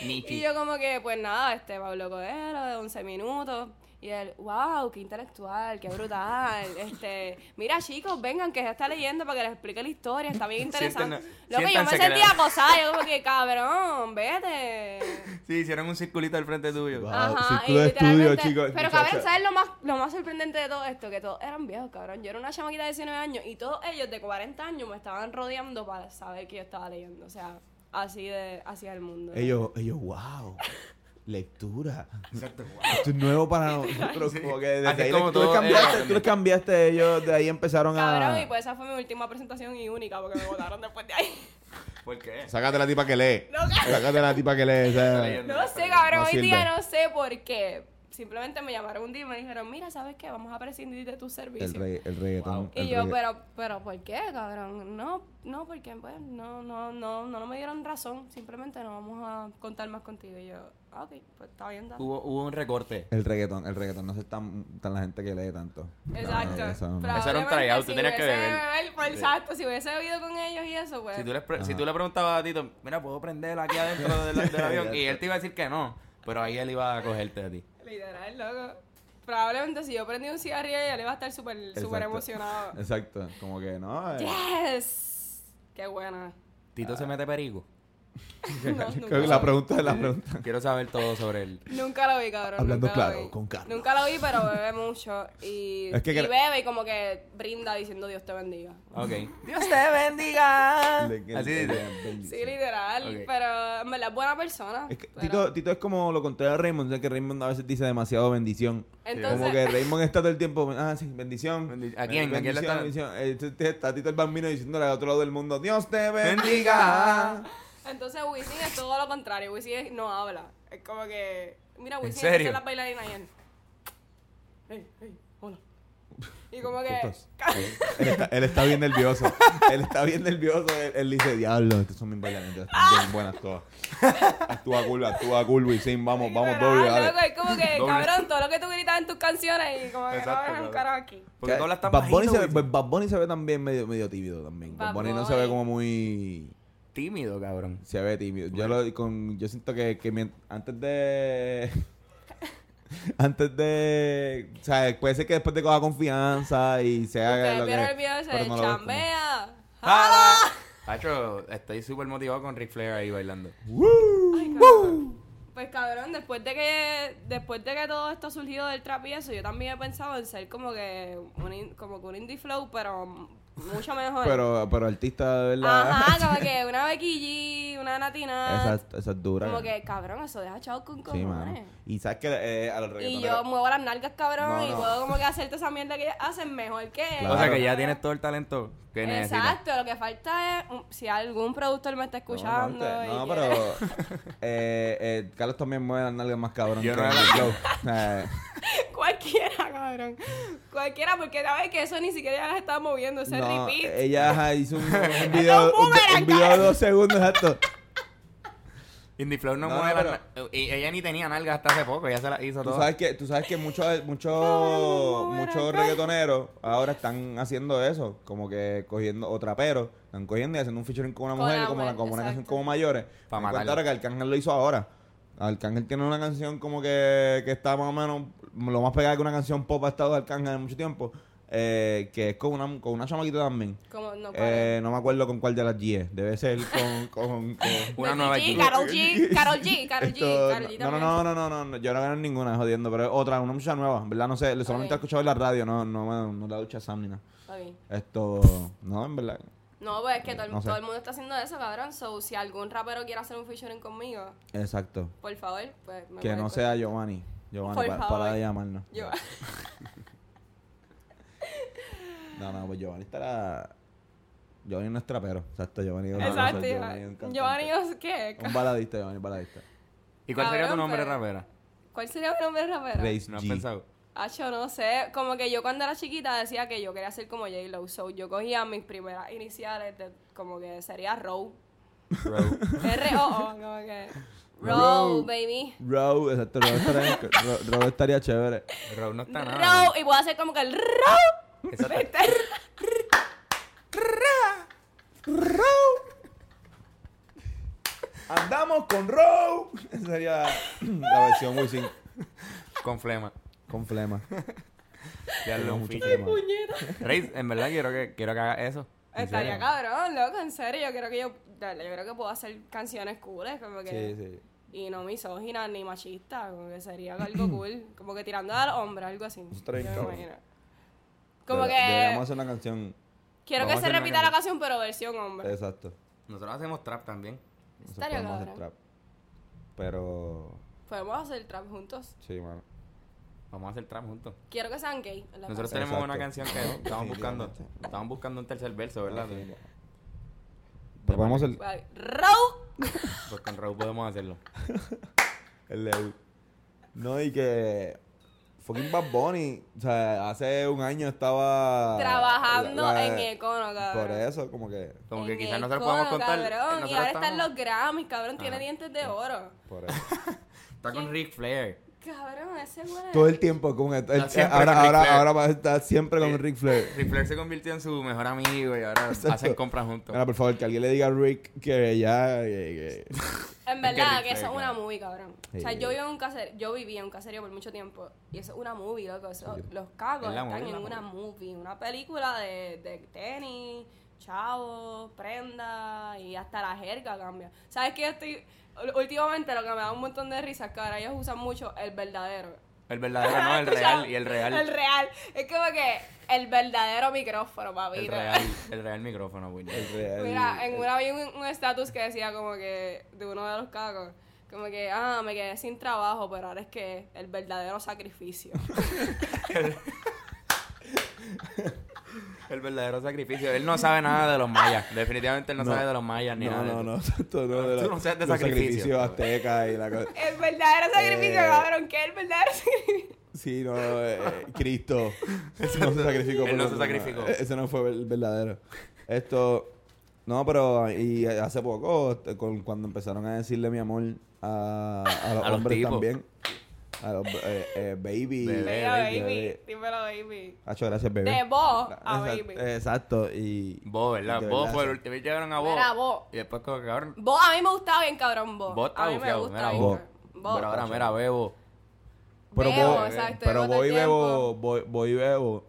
Nietzsche.
Y yo como que, pues nada, este Pablo Coelho de 11 minutos. Y él, wow, qué intelectual, qué brutal. Este, mira chicos, vengan que ya está leyendo para que les explique la historia, está bien interesante.
Sienten-
Lo que yo me
siéntanse que le-
sentía acosada, yo como que, cabrón, vete.
Sí, hicieron un circulito al frente tuyo.
Wow. Ah, círculo
y
de estudio,
literalmente-
chicos,
Pero
muchacha.
cabrón, ¿sabes lo más, lo más sorprendente de todo esto? Que todos eran viejos, cabrón. Yo era una chamaquita de 19 años y todos ellos de 40 años me estaban rodeando para saber que yo estaba leyendo. O sea, así de, hacia el mundo.
Ellos, ellos, wow. Lectura.
Exacto, wow.
Esto es nuevo para nosotros. Como que desde
Así
ahí
es como
tú, les
todo eh,
cambiaste,
era.
tú les cambiaste, ellos de ahí empezaron
Cabrón,
a.
y pues esa fue mi última presentación y única porque me votaron después de ahí.
¿Por qué?
Sácate la tipa que lee.
No, ca-
Sácate la tipa que lee. o sea,
leyendo.
No sé, cabrón,
No
hoy día
sirve.
no sé por qué. Simplemente me llamaron un día y me dijeron, mira, ¿sabes qué? Vamos a prescindir de tu
el,
servicio.
rey, el reggaetón.
Wow.
el
Y yo,
regga-
pero, pero, ¿por qué, cabrón? No, no, porque, pues, no, no, no, no, no me dieron razón. Simplemente no vamos a contar más contigo. Y yo, "Ah, ok, pues está bien, dale".
Hubo, hubo un recorte.
El reggaetón, el reggaetón no es tan, tan la gente que lee tanto.
Exacto.
No, Ah, eso no.
Eso era un tryout, tú
Probablemente
tenías que
si hubiese-
beber.
pues,
Sí.
Exacto, si hubiese bebido con ellos y eso, pues.
Si tú, le pre- si tú le preguntabas a Tito, mira, ¿puedo prender aquí adentro del, del avión? Y él te iba a decir que no, pero ahí él iba a cogerte a ti.
Literal, loco. Probablemente si yo prendí un cigarrillo, ella le iba a estar súper súper
Exacto.
emocionado.
Exacto. Como que no. eh.
¡Yes! ¡Qué buena!
Tito se mete perigo.
No, nunca,
La pregunta es la pregunta.
Quiero saber todo sobre él.
nunca lo vi, cabrón.
Hablando
nunca lo
claro,
vi.
con Carlos.
Nunca lo vi, pero bebe mucho. Y,
Es que
y
cre-
bebe y como que brinda diciendo Dios te bendiga.
Ok. Dios te bendiga.
Le-
Así
le-
dice.
le-
Ah. Sí, literal.
Ok.
Pero en verdad es buena persona.
Es que
pero-
Tito, Tito es como lo contrario a Raymond, o sea, que Raymond a veces dice demasiado bendición.
Entonces-
como que Raymond está todo el tiempo, ah, sí, bendición.
Bendi- ¿a quién? ¿A quién le
Bendición,
está-
bendición. Eh, t- t- Está Tito el bambino diciéndole al otro lado del mundo, Dios te bendiga.
Bendiga.
Entonces Wisin es todo lo contrario. Wisin es- no habla. Es como que. Mira, Wisin
serio?
es la bailarina y él. Hey, hey, hola. Y como que.
Putas. él, está, él está bien nervioso. él está bien nervioso. Él, él dice, diablo, estos son mis bailarines. Están bien buenas todas. Actúa cool, actúa cool, Wisin. Vamos, vamos, doble,
Ah,
dale.
loco, es como que,
Doble.
cabrón, todo lo que tú gritas en tus canciones y como que
Exacto,
no es
claro.
un carajo aquí.
Porque todas las están
Bad Bunny,
bajito,
se ve, pues,
güey.
Bad Bunny se ve también medio, medio tímido también. Bad
Bad
Bunny no se ve
Bunny.
como muy...
tímido, cabrón.
Se ve tímido. Yo, lo, con, yo siento que, que mien- antes de. antes de. O sea, puede ser que después te coja confianza y sea.
Ustedes
lo que-
vieron el video ese
pero
de
no lo ves como-
Chambea.
¡Jala! Hacho, estoy súper motivado con Ric Flair ahí bailando.
Ay, cabrón. Pues cabrón, después de que después de que todo esto ha surgido del trap y eso, yo también he pensado en ser como que un, in- como que un indie flow, pero mucho mejor.
Pero, pero artista, de verdad.
Ajá, como que una Becky G, una Natina.
Esa, esa es dura.
Como que, cabrón, eso deja chao con
Sí, mano.
cojones.
Y sabes que eh, a los
y
reggaetoneros.
yo muevo las nalgas, cabrón,
No,
y
no.
puedo como que hacerte esa mierda que ellos hacen mejor que
Claro.
O sea que ya tienes todo el talento que necesitas.
Exacto, lo que falta es un- si algún productor me está escuchando.
No,
y
no,
quiere-
pero. eh, eh, Carlos también mueve las nalgas más cabrón.
Yo
que
no
el
era-
flow. Eh,
Cualquiera, cabrón. Cualquiera, porque sabes que eso ni siquiera ya las estaba moviendo, ese
no, eh,
repeat.
ella ajá, hizo un, un video. un-
boomerang,
un video de dos segundos, exacto.
Indie Flow no,
No,
mueve
no,
las na- Y ella ni tenía nalgas hasta hace poco, ella se las hizo
Tú
todas.
sabes que, tú sabes que muchos, muchos,
Ay, me
muchos
muero.
reggaetoneros ahora están haciendo eso, como que cogiendo, o traperos, están cogiendo y haciendo un featuring con una
Con
mujer,
la
como, una,
mujer,
como una
exacto.
canción como mayores.
Pa'
Me di cuenta
matarla.
ahora que Arcángel lo hizo ahora. Arcángel tiene una canción como que, que está más o menos, lo más pegada que una canción pop ha estado de Arcángel en mucho tiempo, eh, que es con una, con una chamaquita también.
Como, no, ¿cuál es?
Eh, no me acuerdo con cuál de las 10, debe ser con... con, con-
Una
Becky
nueva G.
G, Carol G, Carol G, Carol G,
esto-
Karol G
no, no, no,
también.
no, no, no, no, yo no gano ninguna, jodiendo, pero es otra, una muchacha nueva, en ¿verdad? No sé, le- solamente he
Ok.
escuchado en la radio, no, no, me- no la ducha Sam ni nada.
Ok.
Esto, no, en verdad.
No, pues es que todo, el-
No sé.
todo el mundo está haciendo eso, cabrón. So, si algún rapero quiere hacer un featuring conmigo,
Exacto.
por favor, pues me
Que
voy
no
con-
sea Giovanni. Giovanni,
Por
pa-
favor.
para de llamarnos.
Yo.
No, no, pues Giovanni estará. Giovanni no es trapero. Exacto, Giovanni. es una cosa,
Exacto.
es un
Giovanni,
cantante.
Giovanni, ¿os ¿qué?
Un baladista, Giovanni, baladista.
¿Y cuál sería tu
Cabrón,
nombre,
pero-
rapera?
¿Cuál sería mi nombre rapero?
Race
¿No has
G.
pensado?
Acho, no sé. Como que yo cuando era chiquita decía que yo quería ser como J-Lo. So, yo cogía mis primeras iniciales, de- como que sería Row. R-O-O, como que.
Row.
Row, baby.
Row, exacto, Row estaría, Row- Row estaría chévere.
Row no está nada.
Row. Y voy a hacer como que el Row.
Exacto.
Andamos con Row. Esa sería la versión Wisin
Con flema.
con flema.
Ya
Tengo
lo
mucho
mucho
flema.
Reis, en verdad quiero que, quiero que haga eso.
Estaría cabrón, loco, en serio. Yo creo que yo. Dale, yo creo que puedo hacer canciones cooles, como
Sí,
que.
sí.
Y no misóginas ni machistas, como que sería algo cool. Como que tirando al hombre, algo así.
Estaría bien
yo me
cabrón.
imagino. Como
Debe- Deberíamos
que.
hacer una canción.
Quiero
vamos a
que se
hacer una
repita la
canción.
canción, pero versión hombre.
Exacto.
Nosotros hacemos trap también.
Nosotros
Estaría
podemos hacer
cabrón.
trap. Pero.
Podemos hacer trap juntos.
Sí, mano.
Vamos a hacer trap juntos.
Quiero que sean gay. en la
Nosotros
canción.
tenemos
Exacto.
una canción que estamos buscando.
Definitivamente.
Estamos buscando un tercer verso, ¿verdad?
Ah, Pero vamos el,
Vale. Row.
Pues con Raúl podemos hacerlo.
el de- No, y que. Fucking Bad Bunny. O sea, hace un año estaba.
Trabajando
Ah, la- la-
en Econo, cabrón.
Por eso, como que.
Como que
En
quizás
el
nosotros podamos
cono,
contar. eh,
Cabrón. Y
nosotros
ahora están
estamos-
los Grammys, cabrón. Tiene
Ajá.
dientes de oro.
Por eso.
Está con
¿Quién?
Ric Flair.
Cabrón, ese güey.
Todo el tiempo con esto.
Está
Eh,
siempre
ahora,
con Ric
ahora,
Flair.
ahora va a estar siempre con
Sí.
Ric Flair.
Ric Flair se convirtió en su mejor amigo y ahora
Exacto.
hacen compras juntos.
Mira, por favor, que alguien le diga a Rick que ya. que- que-
En
Gary
verdad que
Flair,
eso es una
claro.
movie, cabrón. O sea,
Sí.
yo vivía en un caserío, yo vivía en un caserío por mucho tiempo y eso es una movie, loco. Eso-
Sí.
Los cagos
Es la
están
movie,
en
la
una movie, una película de, de tenis, chavos, prendas y hasta la jerga cambia. ¿Sabes qué? Estoy últimamente lo que me da un montón de risa es que ahora ellos usan mucho el verdadero.
El verdadero no, el real y el real.
El real. Es como que el verdadero micrófono, papi.
El real, el real micrófono, güey.
el real-
Mira, en una vi un un estatus que decía como que de uno de los cacos, como que, ah, me quedé sin trabajo, pero ahora es que el verdadero sacrificio.
El verdadero sacrificio. Él no sabe nada de los mayas. Definitivamente él no,
No.
sabe de los mayas ni
No,
nada. de
no,
eso.
no. Esto no, de
Tú
la-
no seas de
los
sacrificio.
sacrificios aztecas y la cosa.
el verdadero sacrificio,
Eh.
cabrón, ¿qué es el verdadero sacrificio?
Sí, no, eh, Cristo no se sacrificó. por
Él no se
nosotros,
sacrificó.
Eh, Ese no fue el verdadero. Esto, no, pero y hace poco, este, con- cuando empezaron a decirle mi amor a, a los
A los
hombres
tipos.
también, a los eh, eh, baby,
Bebé,
Dímelo,
baby,
baby, dímelo, baby.
Hacho, gracias, bebé.
De vos a
Exact-
baby.
Exacto, y
Vos, ¿verdad?
De
Vos
verdad,
fue el
sí.
último. Ellos Llegaron a vos.
Mira, vos.
Y después, como que cabrón.
Vos, a mí me gustaba bien, cabrón, vos.
Vos está
a mí me
bufiado, mira,
gusta bien,
vos.
cabrón. vos.
Pero ahora, mira, bebo.
pero
Bebo,
voy,
exacto,
pero
bebo todo
voy y
el
bebo,
tiempo.
voy, voy y bebo.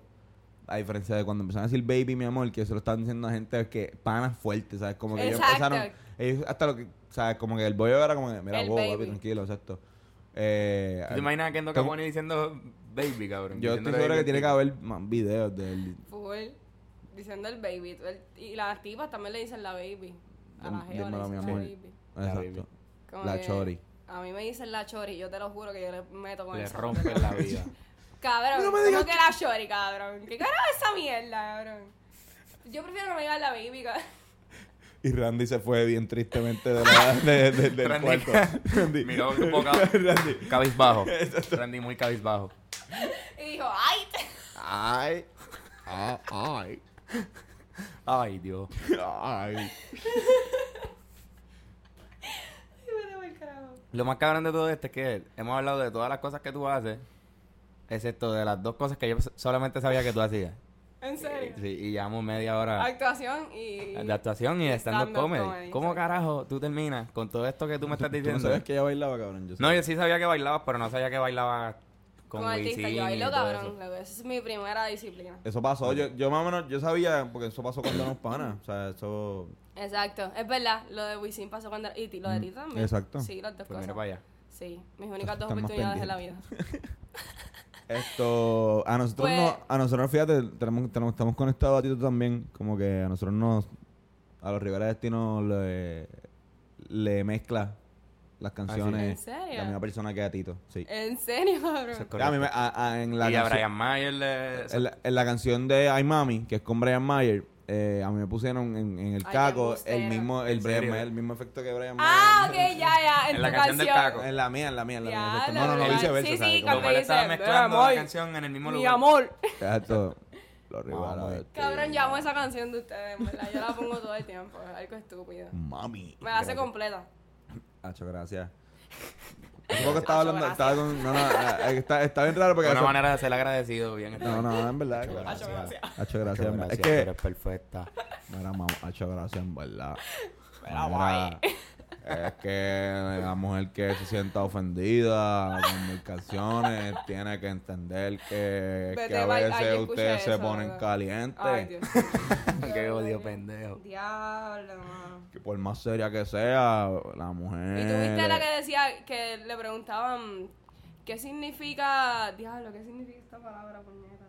A diferencia de cuando empezaron a decir baby, mi amor, que eso lo estaban diciendo a gente que panas fuertes, ¿sabes? Como que ellos
Exacto.
empezaron. Ellos hasta lo que. ¿Sabes? Como que el boy era como que. Mira,
El
vos, papi,
baby.
tranquilo, exacto. Eh,
¿Tú te imaginas a Kendo
tengo-
Capone diciendo baby, cabrón?
Yo estoy
Diciéndole
seguro que
baby
tiene que
al
haber más videos de él.
Full, diciendo el baby. tú el- y las tipas también le dicen la baby. A la
Dí-
jeva le
dímelo, mi
dicen la
amor.
baby.
La
Exacto.
Como
La
que
chori.
A mí me dicen la chori, yo te lo juro que yo le meto con
Le
el saco.
rompen la vida.
Cabrón,
No
no
me digas
que la chori, cabrón. ¿Qué carajo es esa mierda, cabrón? Yo prefiero no me digas la baby, cabrón.
Y Randy se fue bien tristemente de la, de, de- del
Randy.
cuarto. Randy.
Miró un poco
Randy.
cabizbajo. Randy muy cabizbajo.
Y dijo, ay, te-
Ay. Ah, Ay.
Ay, Dios.
Ay.
y me debo el carajo.
Lo más cabrón de todo esto es que hemos hablado de todas las cosas que tú haces, excepto de las dos cosas que yo solamente sabía que tú hacías.
En serio.
Sí, Ah, y llevamos media hora
Actuación y.
de actuación y de stand-up
stand-up
comedy.
comedy,
¿Cómo
exacto.
carajo tú terminas con todo esto que tú me estás
Tú no
diciendo?
sabías que ella bailaba, cabrón. Yo
No,
sabía.
yo sí sabía que bailabas, pero no sabía que bailabas con,
Con artista,
Wisin
yo
y
bailo,
todo
cabrón. loco. Esa es mi primera disciplina.
Eso pasó, yo, yo más o menos, yo sabía, porque eso pasó cuando éramos panas. O sea, eso.
Exacto, es verdad. Lo de Wisin pasó cuando. Y ti- lo de ti
Mm,
también.
exacto.
Sí, las dos
Pues mira
cosas.
para allá.
Sí, mis únicas dos
Están más
oportunidades de la vida.
Esto. A nosotros
Pues-
no, a nosotros, fíjate, tenemos, tenemos- estamos conectados a ti también. Como que a nosotros nos. A los Rivera Destino le, le mezcla las
Ah,
¿En
canciones.
serio?
la misma persona que a Tito. Sí.
En serio,
Eso es
cabrón.
A mí me-
correcto.
a- a- en la
y a
canción-
Brian Mayer le...
en la, en la canción de Ay Mami, que es con Brian Mayer, eh, a mí me pusieron en, en el
Ay,
caco
embustero.
el mismo, el,
¿En
Brian
serio?
Mayer, el mismo efecto que Brian Mayer.
Ah, ok, ya, ya. En,
En la
tu
canción del Caco.
En la mía, en la mía, en la mía.
Ya,
exacto.
la
No, no, no,
verdad.
viceversa.
Sí,
¿sabes?
sí,
Como-
Como él estaba
dice,
mezclando
"Amor,
la canción en el mismo
Mi
lugar.
amor.
Exacto. Los Rivera
Vamos.
Destino.
Cabrón, yo amo esa canción de ustedes, en ¿verdad? Yo la pongo todo el tiempo, es algo estúpido.
Mami.
Me la hace
Gracias.
completa.
Hacho, gracias. Hace poco estaba hablando,
Hacho,
estaba con. No, no, ah, está, está bien raro porque.
Una
hace-
manera de ser agradecido, bien.
No, no, en verdad.
Hacho,
gracias.
gracias.
Hacho,
Muchas
gracias.
gracias,
Es
tú
que.
eres perfecta.
Mira, mamá, hacho, gracias, en verdad.
Mira,
Mira, es que la mujer que se sienta ofendida con mis canciones tiene que entender que,
Vete,
que a
bye. Ay,
veces
yo escuché
ustedes se
eso,
ponen
¿verdad?
calientes.
Ay, Dios.
Qué odio, pendejo.
Diablo, mano.
que por más seria que sea, la mujer.
¿Y tú viste la que decía que le preguntaban qué significa. Diablo, qué significa esta palabra, puñeta?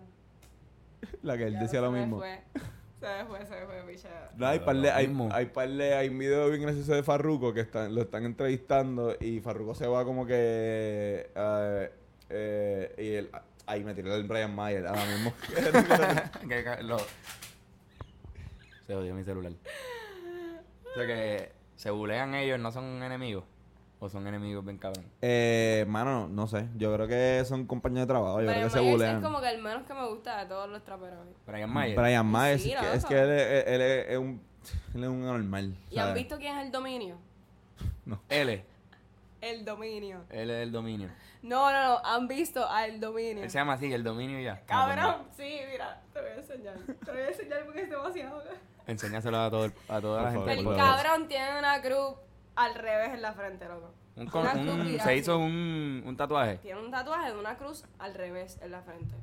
la que él
Ya
decía
se
lo
me
mismo.
fue. Se Se fue, se fue, bicha.
No, hay parle, hay,
mismo.
hay parle, hay un video bien gracioso de Farruko que están, lo están entrevistando y Farruko se va como que eh, eh, y él, ahí me tiró el Brian Mayer ahora mismo.
Que ca- lo- Se jodió mi celular. O sea que se bulean ellos, no son enemigos. O son enemigos bien cabrón.
eh, mano, no sé, yo creo que son compañeros de trabajo, yo creo
Brian
que se
Myers
bulean.
Es como que el menos que me gusta de todos los traperos.
Brian Mayer.
Mm, Brian Mayer,
Sí,
es, que, es
loco.
que él, es- él es, es un él es un anormal.
¿Y han
¿sabes?
visto quién es el dominio?
L.
El dominio.
L del dominio.
No, no, no. Han visto al dominio.
Él se llama así, el dominio y ya.
Cabrón, sí, mira, te voy a enseñar. Te voy a enseñar porque es demasiado.
Enséñaselo a, todo el- a toda la
Por
gente.
favor.
del
El
Por
podcast.
cabrón tiene una cruz al revés en la frente, loco.
Un con-
Una
un-
cruz
se
gigante.
hizo un, un tatuaje.
Tiene un tatuaje de una cruz al revés en la frente.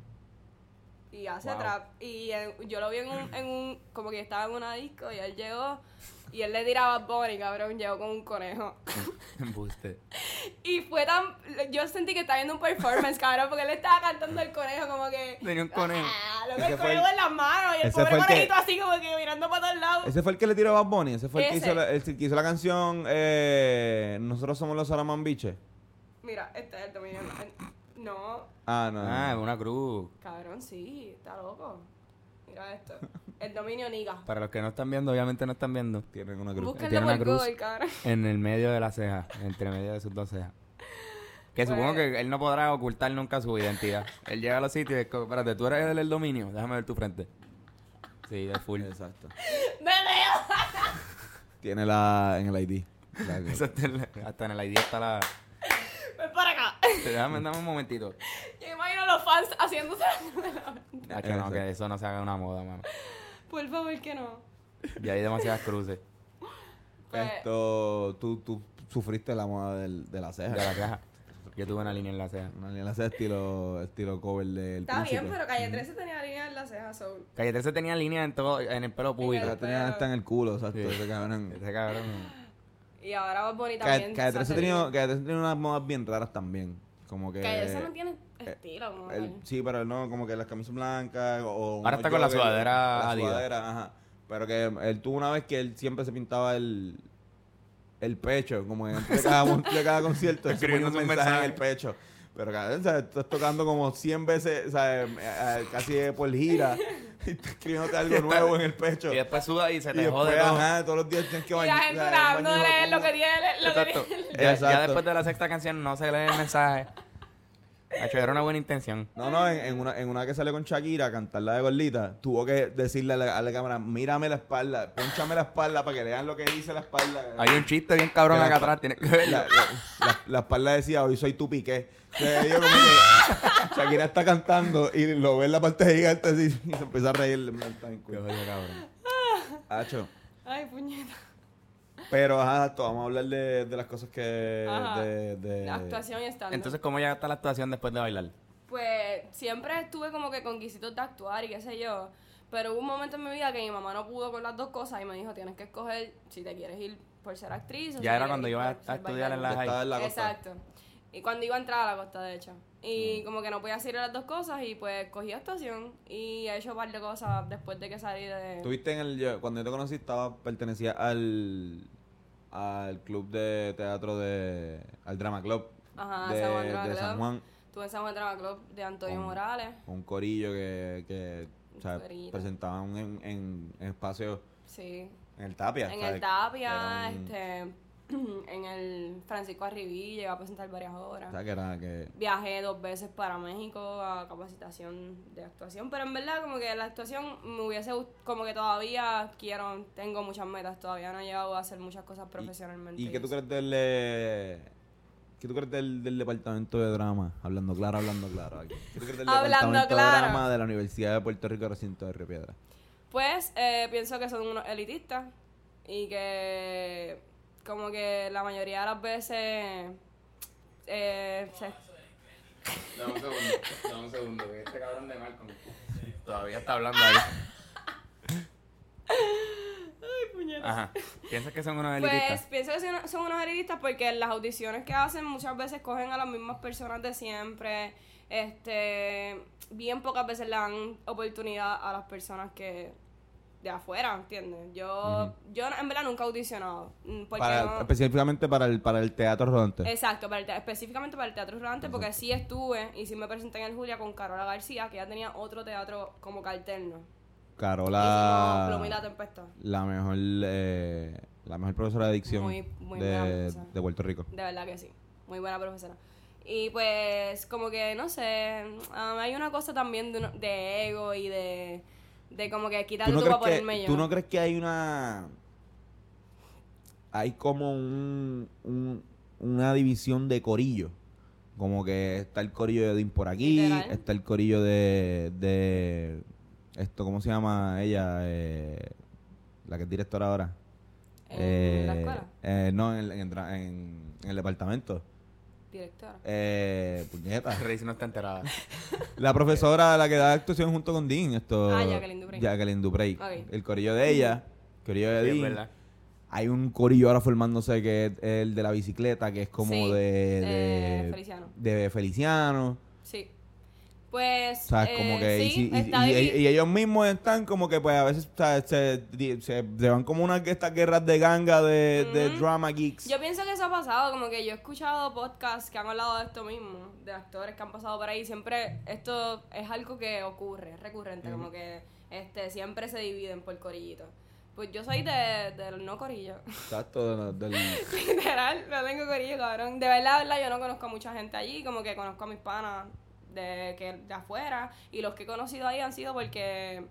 Y hace
Wow.
trap. Y eh, yo lo vi en un, en un. Como que estaba en una disco y él llegó. Y él le tiraba a Bonnie, cabrón. Llegó con un conejo.
Embuste.
Y fue tan. Yo sentí que estaba viendo un performance, cabrón. Porque él estaba cantando el conejo, como que.
Tenía un conejo.
Ah, loco,
Ese
el
fue
conejo
el-
en las manos. Y el
ese fue
pobre
el que-
conejito así, como que mirando para todos lados.
Ese fue el que le tiró a Bad Bunny, ese fue el que,
Ese.
hizo la, el que hizo la canción eh, Nosotros somos los Saramambiches.
Mira, este es el dominio. el- No,
Ah, no.
Ah,
no.
una cruz.
cabrón, sí, está loco. Mira esto. El dominio Niga.
Para los que no están viendo, obviamente no están viendo.
Tienen una cruz.
Búsquenlo
Tiene una
por
cruz.
Google, cabrón.
En el medio de la ceja, entre medio de sus dos cejas. Que
Pues-
supongo que él no podrá ocultar nunca su identidad. él llega a los sitios y es como, espérate, tú eres el del dominio, déjame ver tu frente. Sí, de full.
Exacto.
¡Me veo!
Tiene la en el ID. La-
Eso está en la- hasta en el ID está la...
¡Ven para acá!
Te- Déjame, dame un momentito.
Yo imagino a los fans haciéndose la-
Ah, que no,
Eso.
que eso no se haga una moda, mano.
Por favor, que no.
Y hay demasiadas cruces
Pues,
Esto, tú, tú sufriste la moda del- de la
de
ceja.
la ceja. Yo tuve una línea en la ceja.
Una línea de la ceja estilo, estilo cover del
Está bien,
Príncipe.
pero Calle 13 tenía línea en la ceja, so...
Calle 13 tenía líneas en todo, en el pelo público.
Pero tenía hasta en el culo, exacto.
Sí.
Ese cabrón.
Ese cabrón.
Y ahora Bad Bunny
Calle
también.
13
se hace
tenía
línea.
Calle 13 tenía unas modas bien raras también. Como que... eh,
Calle 13 no tiene estilo, como
El-
tal.
sí, pero no, como que las camisas blancas o...
Ahora
unos
está con la
joggers,
sudadera
La
Adidas.
sudadera, ajá. Pero que él tuvo una vez que él siempre se pintaba el... El pecho, como en antes de cada, antes de cada concierto. él se ponía un
Escribiéndose un
mensaje, en el
mensaje.
pecho. Pero, cabrón, o sea, estás tocando como 100 veces, o sea, em, a- a- casi por gira. Y estás escribiéndote algo nuevo en el pecho.
Y después suda y se
Y
te
después,
jode todo.
ajá, todos los días tienes que
Y la gente
bañar.
tratando de leer lo que tiene, lo que
Exacto.
tiene.
Ya, ya
Exacto.
después de la sexta canción no se lee el mensaje. Hacho, era una buena intención.
No, no, en, en una, en una que salió con Shakira a cantar la de Gordita, tuvo que decirle a la, a la cámara, mírame la espalda, ponchame la espalda para que lean lo que dice la espalda.
Hay un chiste bien cabrón
Mira,
acá atrás, tienes que verlo.
La, la- la- la espalda decía, hoy soy tu piqué. O sea, yo como que Shakira está cantando y lo ve en la parte gigante así, y se empieza a reír. en plan, está bien
Qué
cool.
jodido, cabrón.
Hacho.
Ay, puñeta.
Pero ajá, exacto, vamos a hablar de, de las cosas que...
Ajá.
De, de-
La actuación y stand
Entonces, ¿cómo llega hasta la actuación después de bailar?
Pues siempre estuve como que con quisitos de actuar y qué sé yo. Pero hubo un momento en mi vida que mi mamá no pudo con las dos cosas y me dijo, tienes que escoger si te quieres ir por ser actriz o si
Ya era
te
cuando
quieres
iba
ir
a,
por
a
ser
estudiar en
Yo
la
bailarina".
estaba
high.
en la costa.
Exacto. Y cuando iba a entrar a la costa, de hecho. Y
Mm.
como que no podía hacer las dos cosas y pues cogí actuación y he hecho un par de cosas después de que salí de...
Tuviste en el yo- cuando yo te conocí estaba pertenecía al al club de teatro de al drama club
Ajá,
de,
San Juan Drama
de
Club.
San Juan
Estuve en San Juan Drama Club de Antonio
Con-
Morales.
con un corillo que, que o sea,
Corillito.
presentaban en, en, en espacios
Sí.
en el Tapia
En
o sea,
el Tapia,
era un-
este, en el Francisco Arribí, llegué a presentar varias
o
horas.
sea, que era que
Viajé dos veces para México a capacitación de actuación, pero en verdad como que la actuación me hubiese gust- como que todavía quiero, tengo muchas metas, todavía no he llegado a hacer muchas cosas profesionalmente.
y qué tú
eso.
crees del eh, qué tú crees del, del departamento de drama hablando claro hablando claro aquí. qué tú crees del
Hablando
departamento
claro.
de drama de la Universidad de Puerto Rico recinto de Río Piedra
Pues eh, pienso que son unos elitistas y que como que la mayoría de las veces eh, se-
Dame un segundo, dame un segundo, que este cabrón de Malcolm todavía está hablando ahí.
Ay, puñeta.
Ajá. ¿Piensas que son unos
Pues
elitistas?
pienso que son, son unos heriditas porque en las audiciones que hacen muchas veces cogen a las mismas personas de siempre. Este, bien pocas veces le dan oportunidad a las personas que de afuera, ¿entiendes? Yo, yo en verdad nunca he audicionado. mm, Porque
Para-
no-
Específicamente para el, para el teatro rodante.
Exacto, para el te- específicamente para el Teatro Rodante, porque sí estuve y sí me presenté en el Julia con Carola García, que ella tenía otro teatro como que alterno. Hicimos Plomo y la
Carola,
Tempestad.
la mejor eh, la mejor profesora de dicción
Muy- muy buena
de,
profesora.
de Puerto Rico.
De verdad que sí. Muy buena profesora. Y pues, como que, no sé, ah, hay una cosa también de, uno- de ego y de, de como que
¿Tú
quitarle
no,
tú para
crees
ponerme
que,
yo.
tú no crees que hay una... Hay como un, un- una división de corillo? Como que está el corillo de Odín por aquí,
Literal.
está el corillo de, de... Esto, ¿cómo se llama ella? Eh, la que es directora ahora.
¿En la
Eh,
escuela?
eh, no, en, el- en el dra- en- en el departamento.
Directora.
Eh, puñeta.
Reis no está enterada.
La profesora, la que da actuación junto con Dean, esto.
Ah, Jacqueline Duprey.
Jacqueline Duprey.
Ok.
El corillo de ella, el corillo de
Sí, es
Dean.
verdad.
Hay un corillo ahora formándose que es el de la bicicleta, que es como
Sí,
de,
eh,
de-
Feliciano.
de Feliciano.
Sí. Pues.
O sea, es como
eh,
que. y
sí,
si- y,
está
y-
divi-
y ellos mismos están como que, pues a veces o sea, se, di- se- se van como unas estas guerras de ganga de, de
Ujú.
drama geeks.
Yo pienso que eso ha pasado, como que yo he escuchado podcasts que han hablado de esto mismo, de actores que han pasado por ahí, y siempre esto es algo que ocurre, es recurrente, como que este siempre se dividen por corillitos. Pues yo soy de, del no corillo,
Exacto, del- del-
literal, no tengo corillo, cabrón. De verdad, de verdad, yo no conozco a mucha gente allí, como que conozco a mis panas de, que, de afuera, y los que he conocido ahí han sido porque...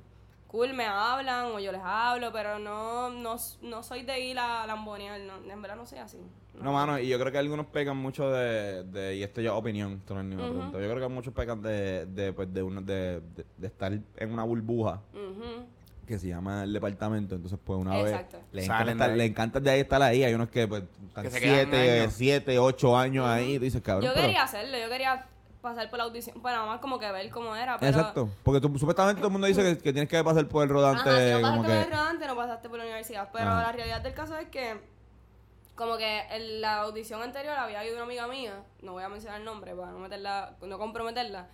Cool, me hablan o yo les hablo, pero no, no, no soy de ir a lambonear, no, en verdad no soy así.
No, mano, y yo creo que algunos pecan mucho de, de- y esto ya es opinión, esto no es ninguna
Ujú.
pregunta. Yo creo que muchos pecan de, de, pues, de, una- de, de- de estar en una burbuja
Ujú.
que se llama el departamento, entonces pues una
Exacto.
vez le
Salen
encanta, estar-
de ahí.
le encanta de ahí estar ahí, hay unos que pues están
Que se quedan un
siete,
año.
siete, ocho años ahí, y tú dices, cabrón,
Yo
pero-
quería hacerlo, yo quería pasar por la audición, para nada más como que ver cómo era. Pero,
Exacto, porque tú- supuestamente todo el mundo dice que, que tienes que pasar por el rodante,
Ajá, si no
como
pasaste por
que... Ah.
el rodante, no pasaste por la universidad. Pero
Ajá.
la realidad del caso es que, como que en la audición anterior había ido una amiga mía, no voy a mencionar el nombre para no, meterla, no comprometerla,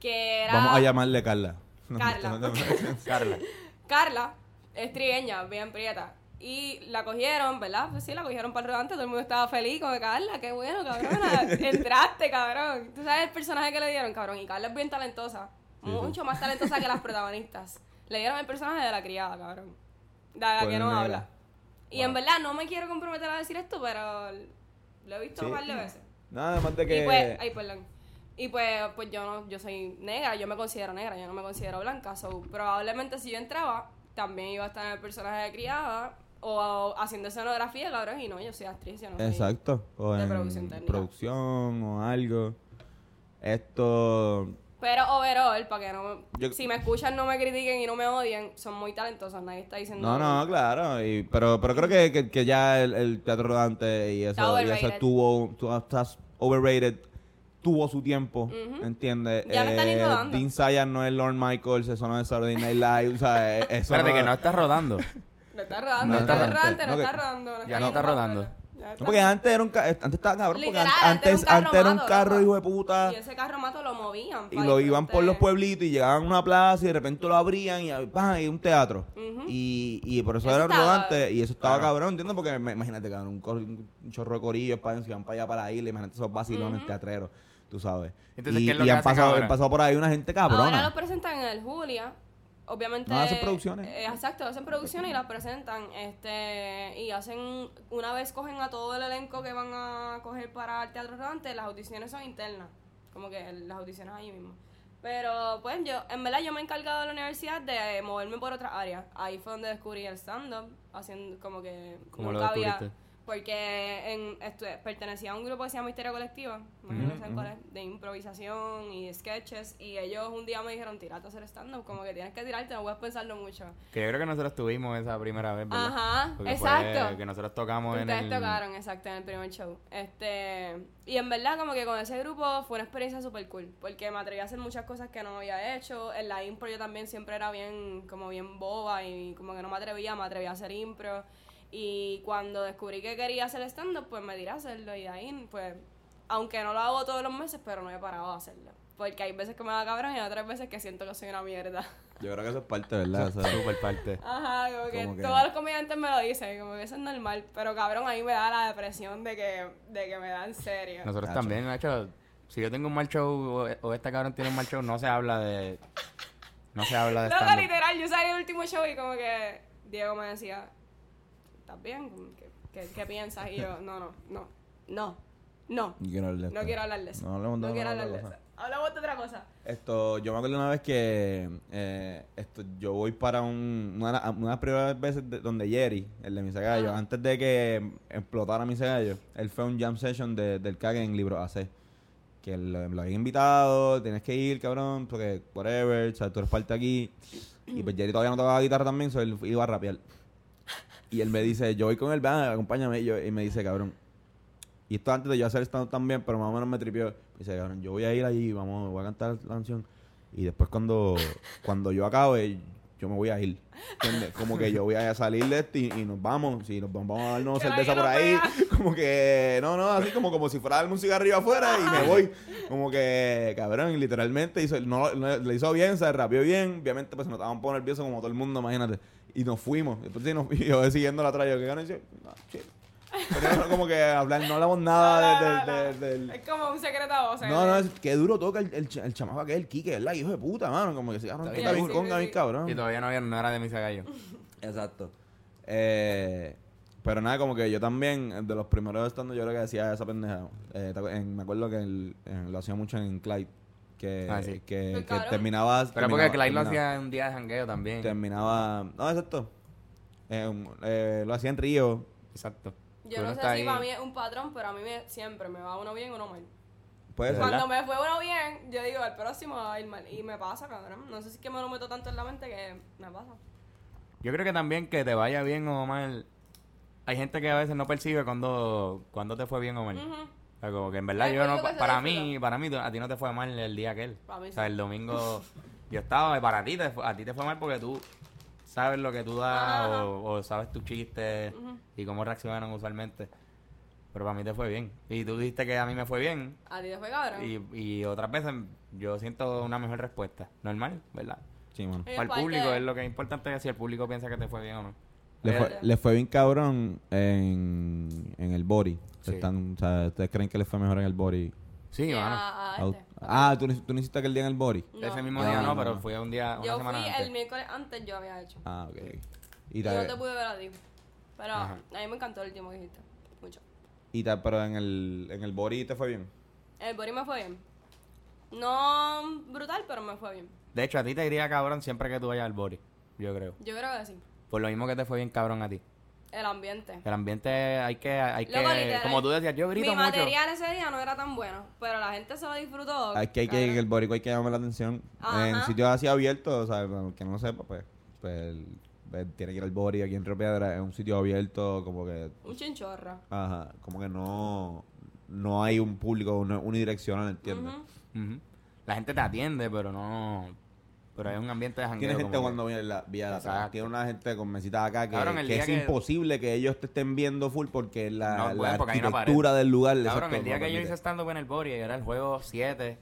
que era
Vamos a llamarle Carla. No,
Carla.
no, no, no.
Carla.
Carla, es trigueña, bien prieta. Y la cogieron, ¿verdad? Pues sí, la cogieron para el rodante, todo el mundo estaba feliz con Carla, qué bueno, cabrona, entraste, cabrón. Tú sabes el personaje que le dieron, cabrón, y Carla es bien talentosa, mucho más talentosa que las protagonistas. Le dieron el personaje de la criada, cabrón, de la
Pues
que no
negra.
habla. Y en verdad no me quiero comprometer a decir esto, pero lo he visto
Sí.
un par de veces.
Nada más de
Y pues,
que...
ay, perdón. Y pues, pues yo no, yo soy negra, yo me considero negra, yo no me considero blanca. So, probablemente si yo entraba, también iba a estar en el personaje de criada o, haciendo escenografía, cabrón, y no, yo soy actriz, yo no soy-
Exacto. O
De
en
producción técnica.
producción o algo. Esto.
Pero overall, para que no
Yo-
si me escuchan, no me critiquen y no me odien, son muy talentosos, nadie está diciendo
No, no, claro. y- pero, pero creo que, que, que ya el, el teatro rodante y eso,
Está
y eso
overrated.
tuvo. tu- estás overrated. Tuvo su tiempo, ¿entiendes? Eh,
Ya no está ni rodando.
Dean Sayas no es Lorne Michaels, eso no es Saturday Night Live, o sea, e- eso
Espérate,
no-
que no está rodando.
No está rodando,
No
no está
está
rodante, no
rodante.
está rodando.
Ya no está rodando.
Ya está-
No, porque antes era un ca- antes estaba cabrón, porque
Literal,
an-
antes
antes,
era un carro
antes era un
mato,
carro,
loco.
hijo de puta.
Y ese carro mato lo movían.
Y
pa'
lo iban por los
diferentes-
pueblitos y llegaban a una plaza y de repente lo abrían y, ¡pam! y un teatro. y, y por eso,
Eso
era
estaba-
rodante y eso estaba
Claro.
cabrón, ¿entiendes? Porque me- imagínate, cabrón, un, cor- un chorro de corillos para, se van para allá para ahí, imagínate esos vacilones teatreros, tú sabes.
Entonces,
y
¿qué es lo
y
que
han,
hacen
pasado,
ahora?
han pasado por ahí una gente
Ahora
cabrona.
lo presentan en el Julia. Obviamente.
No, hacen producciones.
eh, exacto, hacen producciones y las presentan. Este, y hacen. Una vez cogen a todo el elenco que van a coger para el teatro rodante, las audiciones son internas. Como que el- las audiciones ahí mismo. Pero pues yo, en verdad, yo me he encargado de la universidad de eh, moverme por otras áreas. Ahí fue donde descubrí el stand-up, haciendo como que.
¿Cómo lo
nunca había-
descubriste?
Porque en, estu- pertenecía a un grupo que se llama Histeria Colectiva, imagino que saben cuál es, de improvisación y sketches, y ellos un día me dijeron, tírate a hacer stand-up, como que tienes que tirarte, no puedes pensarlo mucho.
Que yo creo que nosotros tuvimos esa primera vez, ¿verdad?
Ajá,
Porque fue
exacto.
que nosotros tocamos en
Ustedes
el...
tocaron, exacto, en el primer show. Este, y en verdad, como que con ese grupo fue una experiencia súper cool, porque me atreví a hacer muchas cosas que no había hecho. En la impro yo también siempre era bien, como bien boba y como que no me atrevía, me atrevía a hacer impro. Y cuando descubrí que quería hacer stand-up, pues me tiré a hacerlo y de ahí, pues, aunque no lo hago todos los meses, pero no he parado de hacerlo. Porque hay veces que me da cabrón y otras veces que siento que soy una mierda.
Yo creo que eso es parte, ¿verdad?
Eso es súper parte.
Ajá, como que,
Como que-
todos los comediantes me lo dicen, como que eso es normal. Pero cabrón, a mí me da la depresión de que, de que me da en serio.
Nosotros
Nacho.
también, Nacho. Si yo tengo un mal show o, o esta cabrón tiene un mal show, no se habla de. No se habla de
Loco,
stand-up.
literal, yo salí el último show y como que Diego me decía, ¿estás bien? Como que, ¿Qué, qué piensas? Y yo, no, no, no, no, no,
No quiero hablar de
no
esto.
quiero hablar de eso.
No, hablemos de
No quiero
otra
hablar de
cosa.
eso. Hablamos de otra cosa.
Esto, yo me acuerdo una vez que eh, esto, yo voy para un, una, de las- una de las primeras veces de- donde Jerry, el de mis agallos,
Ajá.
antes de que explotara mis agallos, él fue a un jam session de- del Kage en Libro AC. Que lo, lo había invitado, tienes que ir, cabrón, porque whatever, o sea, tú eres parte aquí. Y pues Jerry todavía no tocaba guitarra también, so él iba a rapear. Y él me dice, yo voy con él, van, acompáñame. Y, yo- y me dice, cabrón. Y esto antes de yo hacer stand también, pero más o menos me tripió. Me dice, cabrón, yo voy a ir allí, vamos, voy a cantar la canción. Y después cuando, cuando yo acabe, yo me voy a ir. ¿Entiendes? Como que yo voy a salir de este y, y nos vamos. Si nos vamos, vamos a darnos
Que nadie
cerveza por
nos
ahí.
vea.
Como que, no, no, así como, como si fuera a darme un cigarrillo afuera y me voy. Como que, cabrón, literalmente hizo, no, no- le hizo bien, se rapeó bien. Obviamente, pues se notaban un poco nervioso como todo el mundo, imagínate. Y nos fuimos. Entonces, y nos- y yo siguiendo la atrás, yo, ¿qué Ah, ganas? Y yo, No, chill. Pero como que hablar, no hablamos nada
No, no,
Ah, de-
no,
de- del...
no. Es como un secreto a voces.
No, no, es, qué duro toca el, el, cha- el chamaco aquel, el Kike, ¿verdad? Hijo de puta, mano. Como que se agarra
Está
toca
bien
bien
duro.
conga, bien
Y
cabrón.
todavía no, había- no era de mis agallos.
Exacto. Eh, pero nada, como que yo también, eh, de los primeros estando, yo creo que decía esa pendeja. Eh, te acuer- en- me acuerdo que el- eh, lo hacía mucho en Clyde. Que,
Ah, sí.
que, que
Pues, cabrón.
terminabas.
Pero porque
terminaba-
Clyde lo
terminaba-
hacía en un día de jangueo también.
Terminaba. No, exacto. Eh, un- eh, lo hacía en Río.
Exacto.
Yo
Uno
no sé si
está ahí.
para mí es un patrón, pero a mí me- siempre me va uno bien uno mal.
Puede ser.
Cuando me fue uno bien, yo digo, el próximo va a ir mal. Y me pasa, cabrón. No sé si es que me lo meto tanto en la mente que me pasa.
Yo creo que también que te vaya bien o mal. Hay gente que a veces no percibe cuando, cuando te fue bien o mal.
Ujú.
O sea, como que en verdad
Ay,
yo no.
¿cuánto que se
Para
disfruta?
mí, para mí, tú- a ti no te fue mal el día aquel.
Para mí
O sea,
sí.
el domingo yo estaba y para ti, te, fu- a ti te fue mal porque tú sabes lo que tú das
Ajá.
o, o sabes tus chistes y cómo reaccionan usualmente. Pero para mí te fue bien. Y tú dijiste que a mí me fue bien.
A ti te fue cabrón.
Y, y otras veces yo siento una mejor respuesta. Normal, ¿verdad?
Sí, mano.
Es
Para el
parte
público
de-
es lo que es importante si el público piensa que te fue bien o no.
Le
Eh,
fue, le fue bien cabrón en, en el body.
Sí.
Están, o sea, ¿Ustedes creen que le fue mejor en el body?
Sí,
Y
mano.
a- a
Au-
este.
Ah, ¿tú, no hici- tú no hiciste aquel día en el body.
No.
Ese mismo
Ah,
día
no,
no, pero
no.
fui un día, una
Yo fui
semana antes.
el miércoles antes, yo había hecho.
Ah, ok.
Y
Y
yo no
tal,
te pude ver a ti. Pero
Ajá.
a mí me encantó el último que hiciste. Mucho.
y tal, pero en el, en el body te fue bien.
El body me fue bien. No brutal, pero me fue bien.
De hecho, a ti te iría cabrón siempre que tú vayas al body, yo creo.
Yo creo que sí.
Por lo mismo que te fue bien cabrón a ti.
El ambiente.
El ambiente hay que, hay
Loco,
que,
literal,
como tú decías, yo grito
Mi
mucho.
material ese día no era tan bueno, pero la gente se lo disfrutó.
Hay que, hay que, en el body hay que llamar la atención. En
Ajá.
sitios así abiertos, o sea, para el que no lo sepa, pues, pues, el- pues, tiene que ir al body aquí en Río Piedra. Es un sitio abierto, como que,
Un chinchorra.
ajá, como que no, no hay un público no- unidireccional, ¿entiendes?
Ujú.
Ujú. La gente te atiende, pero no... Pero hay un ambiente de jangueo.
Tiene
como
gente
que-
cuando viene la vía de atrás.
Exacto.
Tiene una gente con mesitas acá que,
Cabrón, el
que
día
es
que-
imposible que ellos te estén viendo full porque la,
No,
la
pueden, porque hay una
arquitectura del lugar.
Cabrón,
exacto,
el día
no
que yo
permite.
hice stand-up en el body, era el juego 7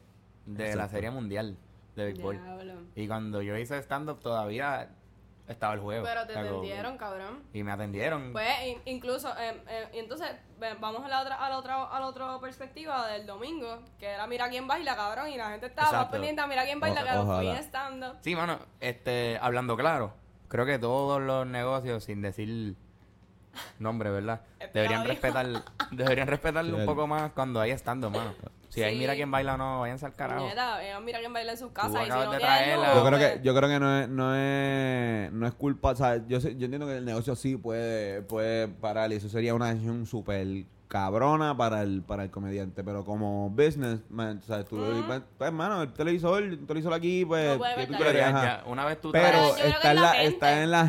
de la
Exacto.
Serie Mundial de béisbol.
Diablo.
Y cuando yo hice stand-up todavía estaba el juego.
Pero te
O sea, como-
entendieron, cabrón.
Y me
Mm.
atendieron.
Pues in- incluso, eh, eh, y entonces ve- vamos a la otra, a la otra, a la otra perspectiva del domingo, que era mira quién baila, cabrón, y la gente estaba más
Exacto.
pendiente a mira quién baila,
Oja-
que a los
ojalá.
fines stand up.
Sí, mano, este, hablando claro, creo que todos los negocios, sin decir nombre, ¿verdad?
Este
Deberían
lo dijo.
respetar, deberían respetarlo
Sí,
un
el-
poco más cuando hay estando, mano. Si ahí
Sí.
mira quién baila o no, váyanse al carajo.
Mira, eh, mira quién baila en sus casas, y si
acabas
no
de
tienen
traerla.
luz,
Yo creo
pues,
que, yo creo que no es, no es, no es culpa, o sea, yo, sé- yo entiendo que el negocio sí puede, puede parar y eso sería una decisión súper cabrona para el, para el comediante, pero como business, man, o sea, tú, pues, hermano, el televisor, un televisor aquí, pues,
No puede
¿qué
ver
tú
nada.
Pero
quieres?
ya-
Ajá.
ya, una vez tú
Pero yo
Pero
traes-
creo que
está
es
en
la
la,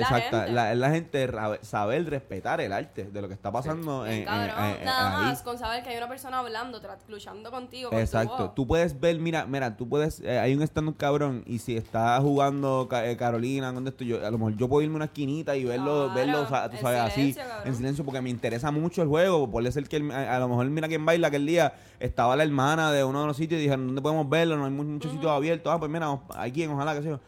está en la gente,
Es la
exacta.
gente.
la- es la gente ra- saber respetar el arte de lo que está pasando en, en-
cabrón,
en- en-
nada
ahí.
más con saber que hay una persona hablando, tra- luchando contigo. con tu
Exacto.
voz.
Tú puedes ver, mira, mira, tú puedes, eh, hay un stand cabrón y si está jugando Ca- eh, Carolina, con esto, yo, a lo mejor yo puedo irme a una esquinita y verlo,
Claro,
verlo, o sea, tú
en
sabes,
silencio,
así,
cabrón.
en silencio, porque me interesa mucho el juego, so, por decir que el- a, a lo mejor mira quién baila aquel día estaba la hermana de uno de los sitios y dijeron, ¿dónde podemos verlo? No hay mu- muchos sitios abiertos. Ah, pues mira, vamos a quien, ojalá que sea.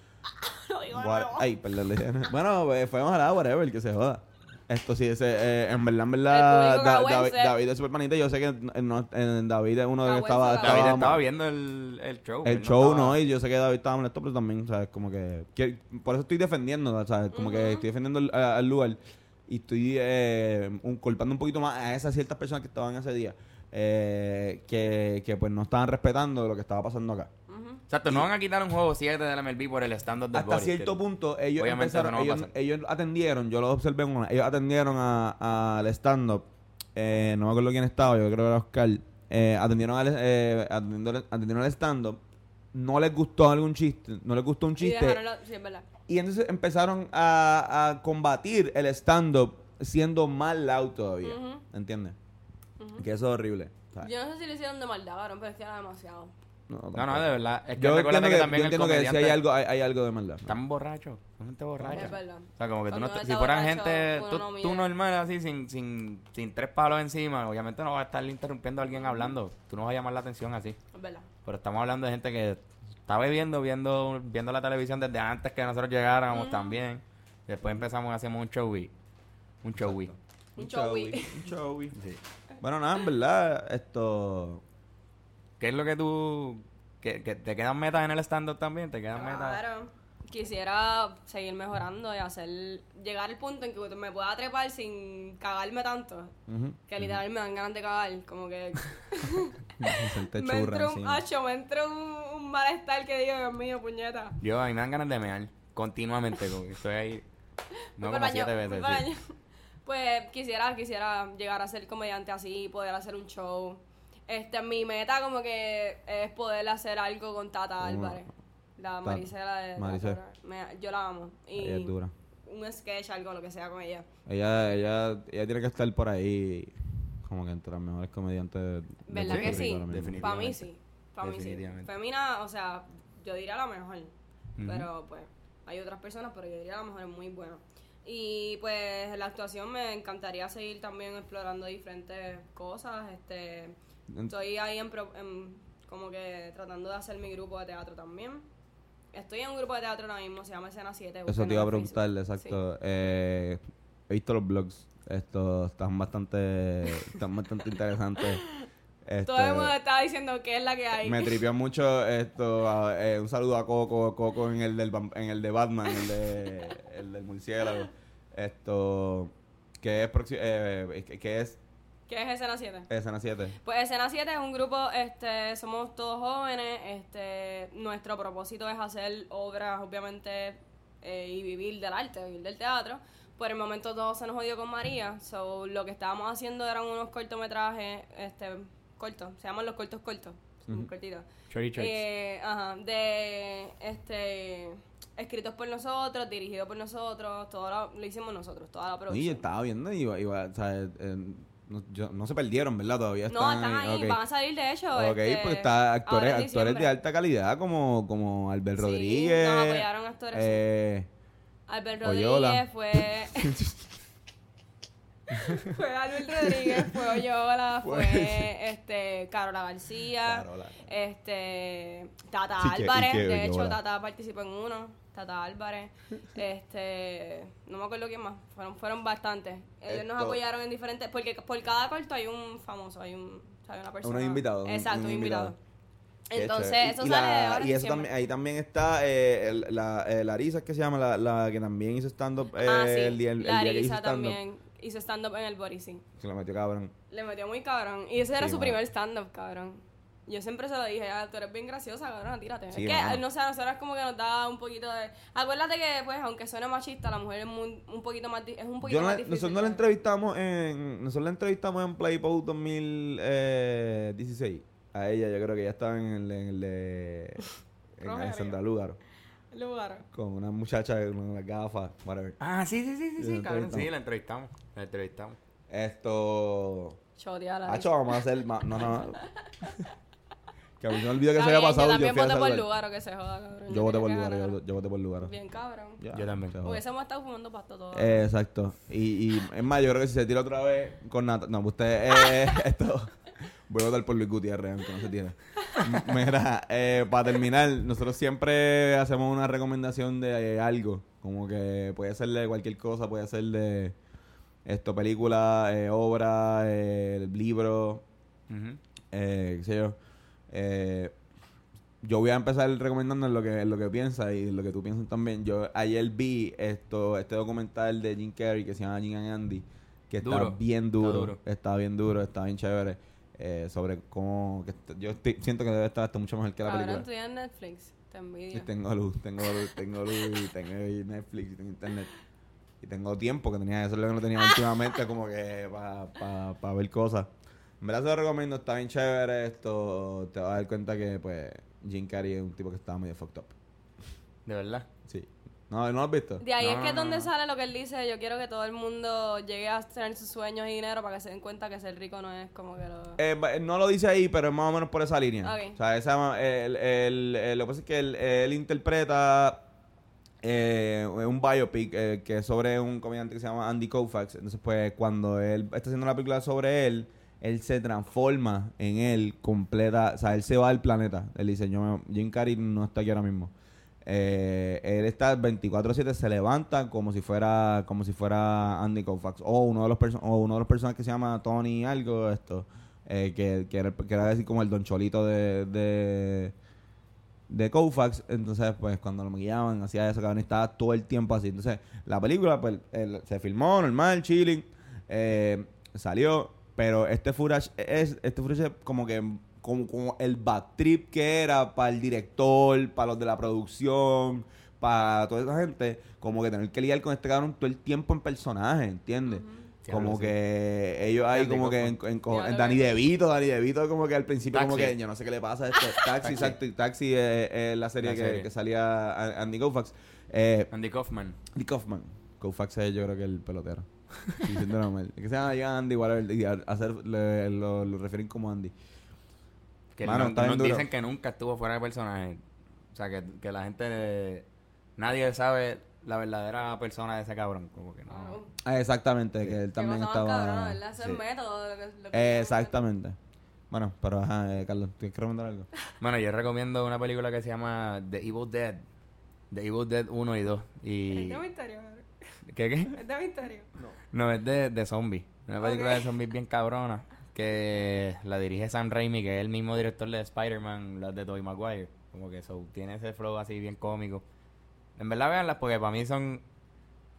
No digo de
What-
nuevo.
Ay, perdón. le dije, no. bueno, pues, fue ojalá, whatever, que se joda. Esto sí, ese, eh, en verdad, en
El
verdad,
público
Da- David,
cagüense.
David es súper panita. Yo sé que eh, no- eh, David es uno de los que estaba...
Cagüense,
estaba
David estaba
mal.
viendo el, el show.
El
él
show,
estaba-
¿no? Y yo sé que David estaba molesto, pero también, ¿sabes? Como que... que- por eso estoy defendiendo, ¿sabes? Como que estoy defendiendo el- a- al lugar y estoy eh, un- culpando un poquito más a esas ciertas personas que estaban ese día. eh, que, que pues no estaban respetando lo que estaba pasando acá.
Exacto, no van a quitar un juego 7 de la MLB por el estándar de
Hasta cierto punto, ellos,
obviamente eso
empezaron,
no va a
ellos,
pasar.
ellos atendieron, yo lo observé en una, ellos atendieron a- al stand-up, eh, no me acuerdo quién estaba, yo creo que era Oscar, eh, atendieron, al, eh, atendieron, atendieron al stand-up, no les gustó algún chiste, no les gustó un
Y
chiste,
dejaron la- sí, es verdad.
y entonces empezaron a, a combatir el stand-up siendo más loud todavía,
Ujú.
¿entiendes? Que eso es horrible. ¿sabes?
Yo no sé si lo hicieron de maldad, cabrón, pero es que era demasiado.
No, no, de verdad. Es que
yo
recuérdate
entiendo
que,
que,
también
yo entiendo
el
que si
comediante...
hay algo, hay, hay algo de maldad. ¿no?
Están borrachos. Son gente borracha.
Es verdad.
O sea, como que tú
Cuando
no...
uno
estás- Si
está
fueran
borracho,
gente...
uno
Tú,
no
tú
mide.
normal, así, sin, sin, sin tres palos encima, obviamente no vas a estar interrumpiendo a alguien hablando. Tú no vas a llamar la atención así.
Es verdad.
Pero estamos hablando de gente que está bebiendo, viendo, viendo la televisión desde antes que nosotros llegáramos también. Después empezamos, hacemos un show y... Un show y...
Un showy.
Un showy. Bueno, nada, en verdad, esto.
¿Qué es lo que tú... Que, que te quedan metas en el stand-up también? ¿Te quedan metas?
Claro. Quisiera seguir mejorando y hacer. llegar al punto en que me pueda trepar sin cagarme tanto.
ujú,
Que literal me dan ganas de cagar. Como que.
gente
me entra
churra
un
encima.
hacho, me entra un, un malestar que digo, Dios mío, puñeta.
Yo, a mí me dan ganas de mear continuamente, como que estoy ahí no
Voy para
como
el baño,
siete
voy
veces.
para el
sí.
baño. Pues quisiera, quisiera llegar a ser comediante así, poder hacer un show. Este, mi meta como que es poder hacer algo con
Uh.
Tata Álvarez. La Marisela de
Maricel.
la Torre. Me- yo la amo. Y
Ella es dura.
un sketch, algo, lo que sea con ella.
Ella, ella, ella tiene que estar por ahí, como que entre las mejores comediantes. de- de
¿Verdad
Puerto
que sí?
Rico ahora mismo.
Definitivamente.
Para mí sí. Para mí sí.
Definitivamente.
Femina, o sea, yo diría la mejor. Pero pues, hay otras personas, pero yo diría la mejor es muy buena. Y pues la actuación me encantaría seguir también explorando diferentes cosas. Este,
En-
estoy ahí en, pro- en- como que tratando de hacer mi grupo de teatro también. Estoy en un grupo de teatro ahora mismo, se llama Escena 7.
Eso
búsquenlo
te iba a
en
preguntar,
Facebook.
exacto. Eh, he visto los blogs, estos están bastante, están bastante interesantes.
Sí.
Este,
Todo el mundo estaba diciendo que es la que hay.
Me tripió mucho esto. a- eh, un saludo a Coco, Coco en el del vam- en el de Batman, el de el del murciélago. Esto que es proxi- eh, que- que es
¿Qué es Escena 7?
escena 7.
Pues Escena 7 es un grupo, este, somos todos jóvenes, este, nuestro propósito es hacer obras, obviamente, eh, y vivir del arte, vivir del teatro. Por el momento todo se nos jodió con María, so, lo que estábamos haciendo eran unos cortometrajes, este, cortos, se llaman los cortos cortos, cortitos.
Shorty Shorts.
Eh, ajá, de este escritos por nosotros, dirigidos por nosotros, todo lo, lo hicimos nosotros, toda la
Y
producción.
estaba viendo y iba, iba, o sea, eh, eh, no, yo- no se perdieron, ¿verdad? Todavía están
No, están ahí,
ok.
van a salir de hecho.
Ok,
este,
pues está actores,
ahora en
actores de
diciembre.
alta calidad como, como Albert
Sí,
Rodríguez.
nos apoyaron actores, sí.
eh,
Albert
Oyola.
Rodríguez fue. fue Albert Rodríguez, fue Oyola,
Pues-
fue este Carola García,
Carola.
este Tata
Sí, que- y
Álvarez,
que
de hecho
Oyola.
Tata participó en uno, Tata Álvarez, este no me acuerdo quién más, fueron, fueron bastantes. Ellos nos
Esto-
apoyaron en diferentes, porque por cada corto hay un famoso, hay un, hay una persona.
invitado, un-
Exacto,
un
un, invitado.
invitado. Qué chévere.
Entonces,
este, Y-
eso
y
sale
la-
ahora en
Y eso
diciembre.
también, ahí también está eh, el- la, eh, Larisa, que se llama, la, la que también hizo stand-up eh,
Ah, sí.
el, día- el- el
Larisa
día que hizo stand-up.
también hizo stand-up en el Body, sí.
Se la metió cabrón.
Le metió muy cabrón. Y ese era
Sí,
su
mano.
primer stand-up, cabrón. Yo siempre se lo dije, ah, tú eres bien graciosa, cabrón, tírate.
Sí,
es que,
mano.
no sé, a nosotras como que nos da un poquito de... Acuérdate que, pues, aunque suene machista, la mujer es muy- un poquito más... di- Es un poquito
Yo no
más
la-
difícil.
nosotros no la
de-
entrevistamos en nosotros la entrevistamos en Playboy 2016 a ella yo creo que ya estaba en el, en el de en
Rogerio.
Alexandra Lúgaro
Lugar.
con una muchacha con las gafas whatever
Ah, sí, sí, sí, sí,
Y
sí,
la
cabrón.
entrevistamos.
Sí, la entrevistamos. La entrevistamos.
esto
Chotea la...
Ah, Hacho, vamos a hacer ma- no no no. Que a mí se me olvidó que
Está
eso había
bien,
pasado.
Yo
Yo,
también
fui a
voté por
saludar.
lugar o que se joda, cabrón.
Yo voté por
quería que
lugar, yo,
ganara.
yo voté por lugar.
Bien, Pues, cabrón.
Ya,
Yo también.
se joda.
Hubiésemos estado fumando pasto todo.
Eh, exacto. Y, y es más, yo creo que si se tira otra vez con Nata. No, usted. eh, esto. Voy a votar por Luis Gutiérrez, aunque no se tiene. Mira, eh, para terminar, nosotros siempre hacemos una recomendación de eh, algo. Como que puede ser de cualquier cosa, puede ser de esto, película, eh, obra, eh, libro,
Ujú.
eh, qué sé yo. Eh, yo voy a empezar recomendando en lo que, en lo que piensa y en lo que tú piensas también. Yo ayer vi esto, este documental de Jim Carrey que se llama Jim and Andy, que está
Duro.
bien duro, está
Está duro.
bien duro, está bien chévere. eh, sobre cómo que est- yo estoy- siento que debe estar hasta mucho mejor que la
Ahora
película. Este,
estoy en Netflix. Te
Y
envidio.
tengo luz, tengo luz, tengo luz, y tengo Netflix, y tengo internet. Y tengo tiempo que tenía, eso es lo que no tenía últimamente, como que para pa, pa ver cosas. En verdad se lo recomiendo, está bien chévere esto. Te vas a dar cuenta que, pues, Jim Carrey es un tipo que estaba medio fucked up.
De verdad.
Sí. No, ¿no lo has visto?
De ahí
No,
es que
no,
es
no,
donde
no.
sale lo que él dice, yo quiero que todo el mundo llegue a tener sus sueños y dinero para que se den cuenta que ser rico no es como que lo...
Eh, ba- no lo dice ahí, pero es más o menos por esa línea.
Ok.
O sea, esa, ma- el- el- el- lo que pasa es que él, él interpreta eh, un biopic eh, que es sobre un comediante que se llama Andy Koufax. Entonces, pues, cuando él está haciendo la película sobre él, él se transforma en él completa. O sea, él se va del planeta. Él dice, yo me- Jim Carrey no está aquí ahora mismo. Eh, él está 24/7 se levanta como si fuera como si fuera Andy Koufax o uno de los perso- o uno de los personas que se llama Tony algo esto eh, que, que, era, que era decir como el don cholito de, de de Koufax entonces pues cuando lo guiaban hacía eso cabrón y estaba todo el tiempo así entonces la película pues él- se filmó normal chilling eh, salió pero este footage es este footage es como que como, como el back trip que era para el director para los de la producción para toda esa gente como que tener que lidiar con este cabrón todo el tiempo en personaje ¿entiendes?
Diablo,
como
sí.
que ellos ahí
Grande
como que en,
Koufax.
en co- en
Diablo,
Danny
que-
DeVito Danny DeVito como que al principio como
Taxi.
que yo no sé qué le pasa a este taxi
Taxi.
exacto y taxi es, es la serie,
La
que,
serie.
que salía a- Andy Koufax eh,
Andy Kaufman.
Andy Kaufman Koufax es yo creo que el pelotero Estoy diciendo normal que se llama ya Andy whatever y a- hacer le- lo, lo refieren como Andy
Que
Mano,
no-
está bien
nos
duro.
dicen que nunca estuvo fuera de personaje. O sea, que, que la gente... eh, nadie sabe la verdadera persona de ese cabrón. Como que
Ah,
no...
Ah, exactamente que él
qué
también
cosa más cabrona,
estaba
¿verdad? Ese
sí.
método. lo que- lo que-
Eh, exactamente bueno pero ajá eh, Carlos ¿te quieres mandar algo?
Bueno, yo recomiendo una película que se llama The Evil Dead. The Evil Dead 1 y 2.
Es
Y...
de misterio, cabrón.
¿Qué, qué?
es de misterio.
No, es de, de zombies. Una película
Ok.
de zombies bien cabrona. Que la dirige Sam Raimi, que es el mismo director de Spider-Man, las de Tobey Maguire. Como que so, tiene ese flow así bien cómico. En verdad, veanlas porque para mí son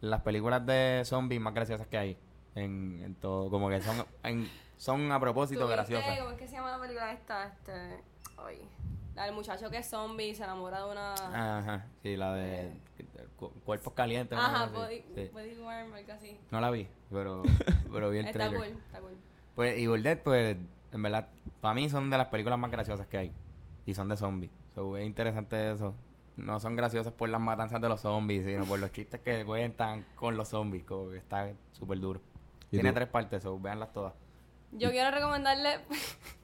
las películas de zombies más graciosas que hay. En, en todo, como que son, en- son a propósito
Tuviste,
graciosas.
¿Cómo es que se llama la película esta? Este... Ay. La del muchacho que es zombie y se enamora de una...
Ajá, sí, la de cu- Cuerpos Calientes. una
Ajá,
cosa
body,
así. Sí.
body warm, algo así.
No la vi, pero, pero vi el
Está
trailer.
cool, está cool.
Pues Evil Dead, pues, en verdad, para mí son de las películas más graciosas que hay. Y son de zombies. So, es interesante eso. No son graciosas por las matanzas de los zombies, sino por los chistes que cuentan con los zombies. Como que está súper duro.
¿Y
Tiene
tú?
tres partes, so, veanlas todas.
Yo quiero recomendarle.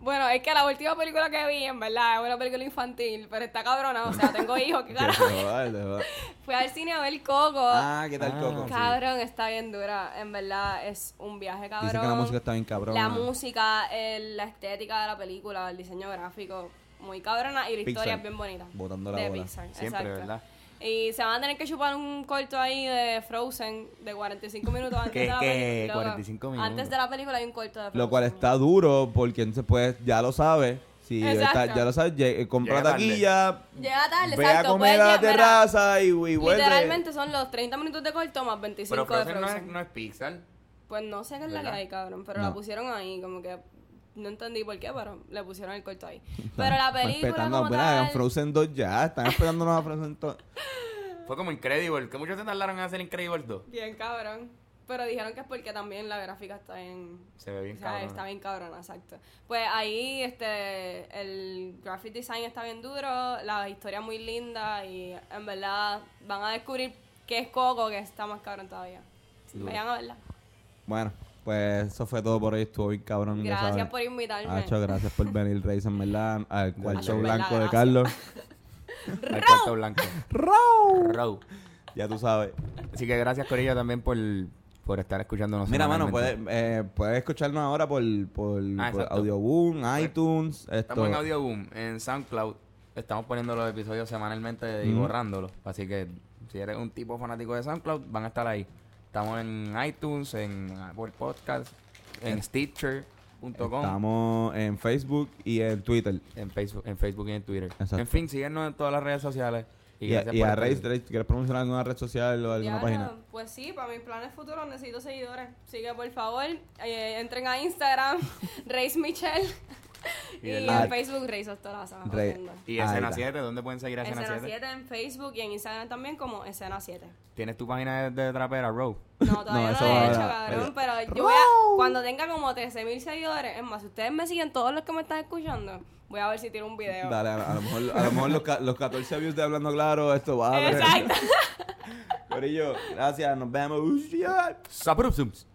bueno, es que la última película que vi, en verdad, es una película infantil, pero está cabrona. O sea, tengo hijos, que
Que
carajo.
se joda, se joda.
Fui al cine a ver Coco.
ah ¿qué tal
Ah,
Coco?
sí.
cabrón, está bien dura. En verdad, es un viaje cabrón.
Dicen que la música está bien cabrona.
La música, el- la estética de la película, el diseño gráfico, muy cabrona y la
Pixar.
historia es bien bonita.
Botando la
de
bola.
Pixar,
Siempre,
exacto.
¿verdad?
Y se van a tener que chupar un corto ahí de Frozen de 45 minutos antes
¿Qué-
de la
qué?
película.
45 minutos.
Antes de la película hay un corto de Frozen.
Lo cual está duro porque entonces pues ya lo sabes. Si
Exacto.
está- ya lo sabes, lle- eh, compra
Llega
taquilla,
Llega tarde,
ve a
exacto,
comer a la
puedes llegar-
terraza y, y vuelve.
Literalmente son los 30 minutos de corto más 25
Pero
de
Frozen no es,
Frozen.
no es Pixar.
Pues no sé qué es la que
¿Verdad?
hay, cabrón, pero
No.
la pusieron ahí, como que no entendí por qué, pero le pusieron el corto ahí. Pero la película
Respetando,
como
mira, hagan
tal,
Frozen 2 ya. Están esperándonos a Frozen 2.
Fue como Incredible, que muchos se tardaron en hacer Incredible 2.
bien cabrón. Pero dijeron que es porque también la gráfica está en
Se ve bien
o sea,
cabrón.
está bien cabrona, exacto. Pues ahí este el graphic design está bien duro, la historia muy linda y en verdad van a descubrir que es Coco, que está más cabrón todavía. Vayan a verla.
Bueno, Pues eso fue todo por hoy. Estuvo bien cabrón. ya
Gracias
saben.
por invitarme.
Hacho, gracias por venir, Reis, en verdad, al cuarto
verdad,
blanco de
gracias.
Carlos.
Al cuarto blanco. Row.
Ya tú sabes.
Así que gracias, Corillo, también por, por estar escuchándonos.
Mira, mano, puedes,
semanalmente.
eh, puedes escucharnos ahora por, por,
Ah,
por
exacto.
Audioboom, iTunes. Esto.
Estamos en Audio Boom, en SoundCloud. Estamos poniendo los episodios semanalmente y
Mm.
borrándolos. Así que si eres un tipo fanático de SoundCloud, van a estar ahí. Estamos en iTunes, en Apple Podcast, en Stitcher.com,
Estamos en Facebook y en Twitter.
en Facebook, en Facebook y en Twitter.
Exacto.
En fin, síguenos en todas las redes sociales.
Y, a-
gracias
y
por
a
estar
Reis,
ahí.
Reis, ¿quieres promocionar alguna red social o alguna
Diablo,
página?
Pues sí, para mis planes futuros necesito seguidores. Así que por favor, eh, entren a Instagram, Reis Michelle.
Y
Y,
del
en
like.
Facebook, Reis Ostolaza. me
Rey-
entiendo.
Y
Ahí
Escena
está.
7, ¿dónde pueden seguir a Escena
Escena
7?
7 en Facebook y en Instagram también como Escena 7.
¿Tienes tu página de, de trapera, Row?
No, todavía no,
eso
lo
va
he
a-
hecho,
va a-
cabrón, pero yo voy a, cuando tenga como 13.000 seguidores, es más, si ustedes me siguen, todos los que me están escuchando, voy a ver si tiro un video.
Dale, a, a lo mejor, a lo mejor los, ca- los 14 views de Hablando Claro, esto va a
Exacto.
Corillo, gracias, nos vemos.
Sabrupsums.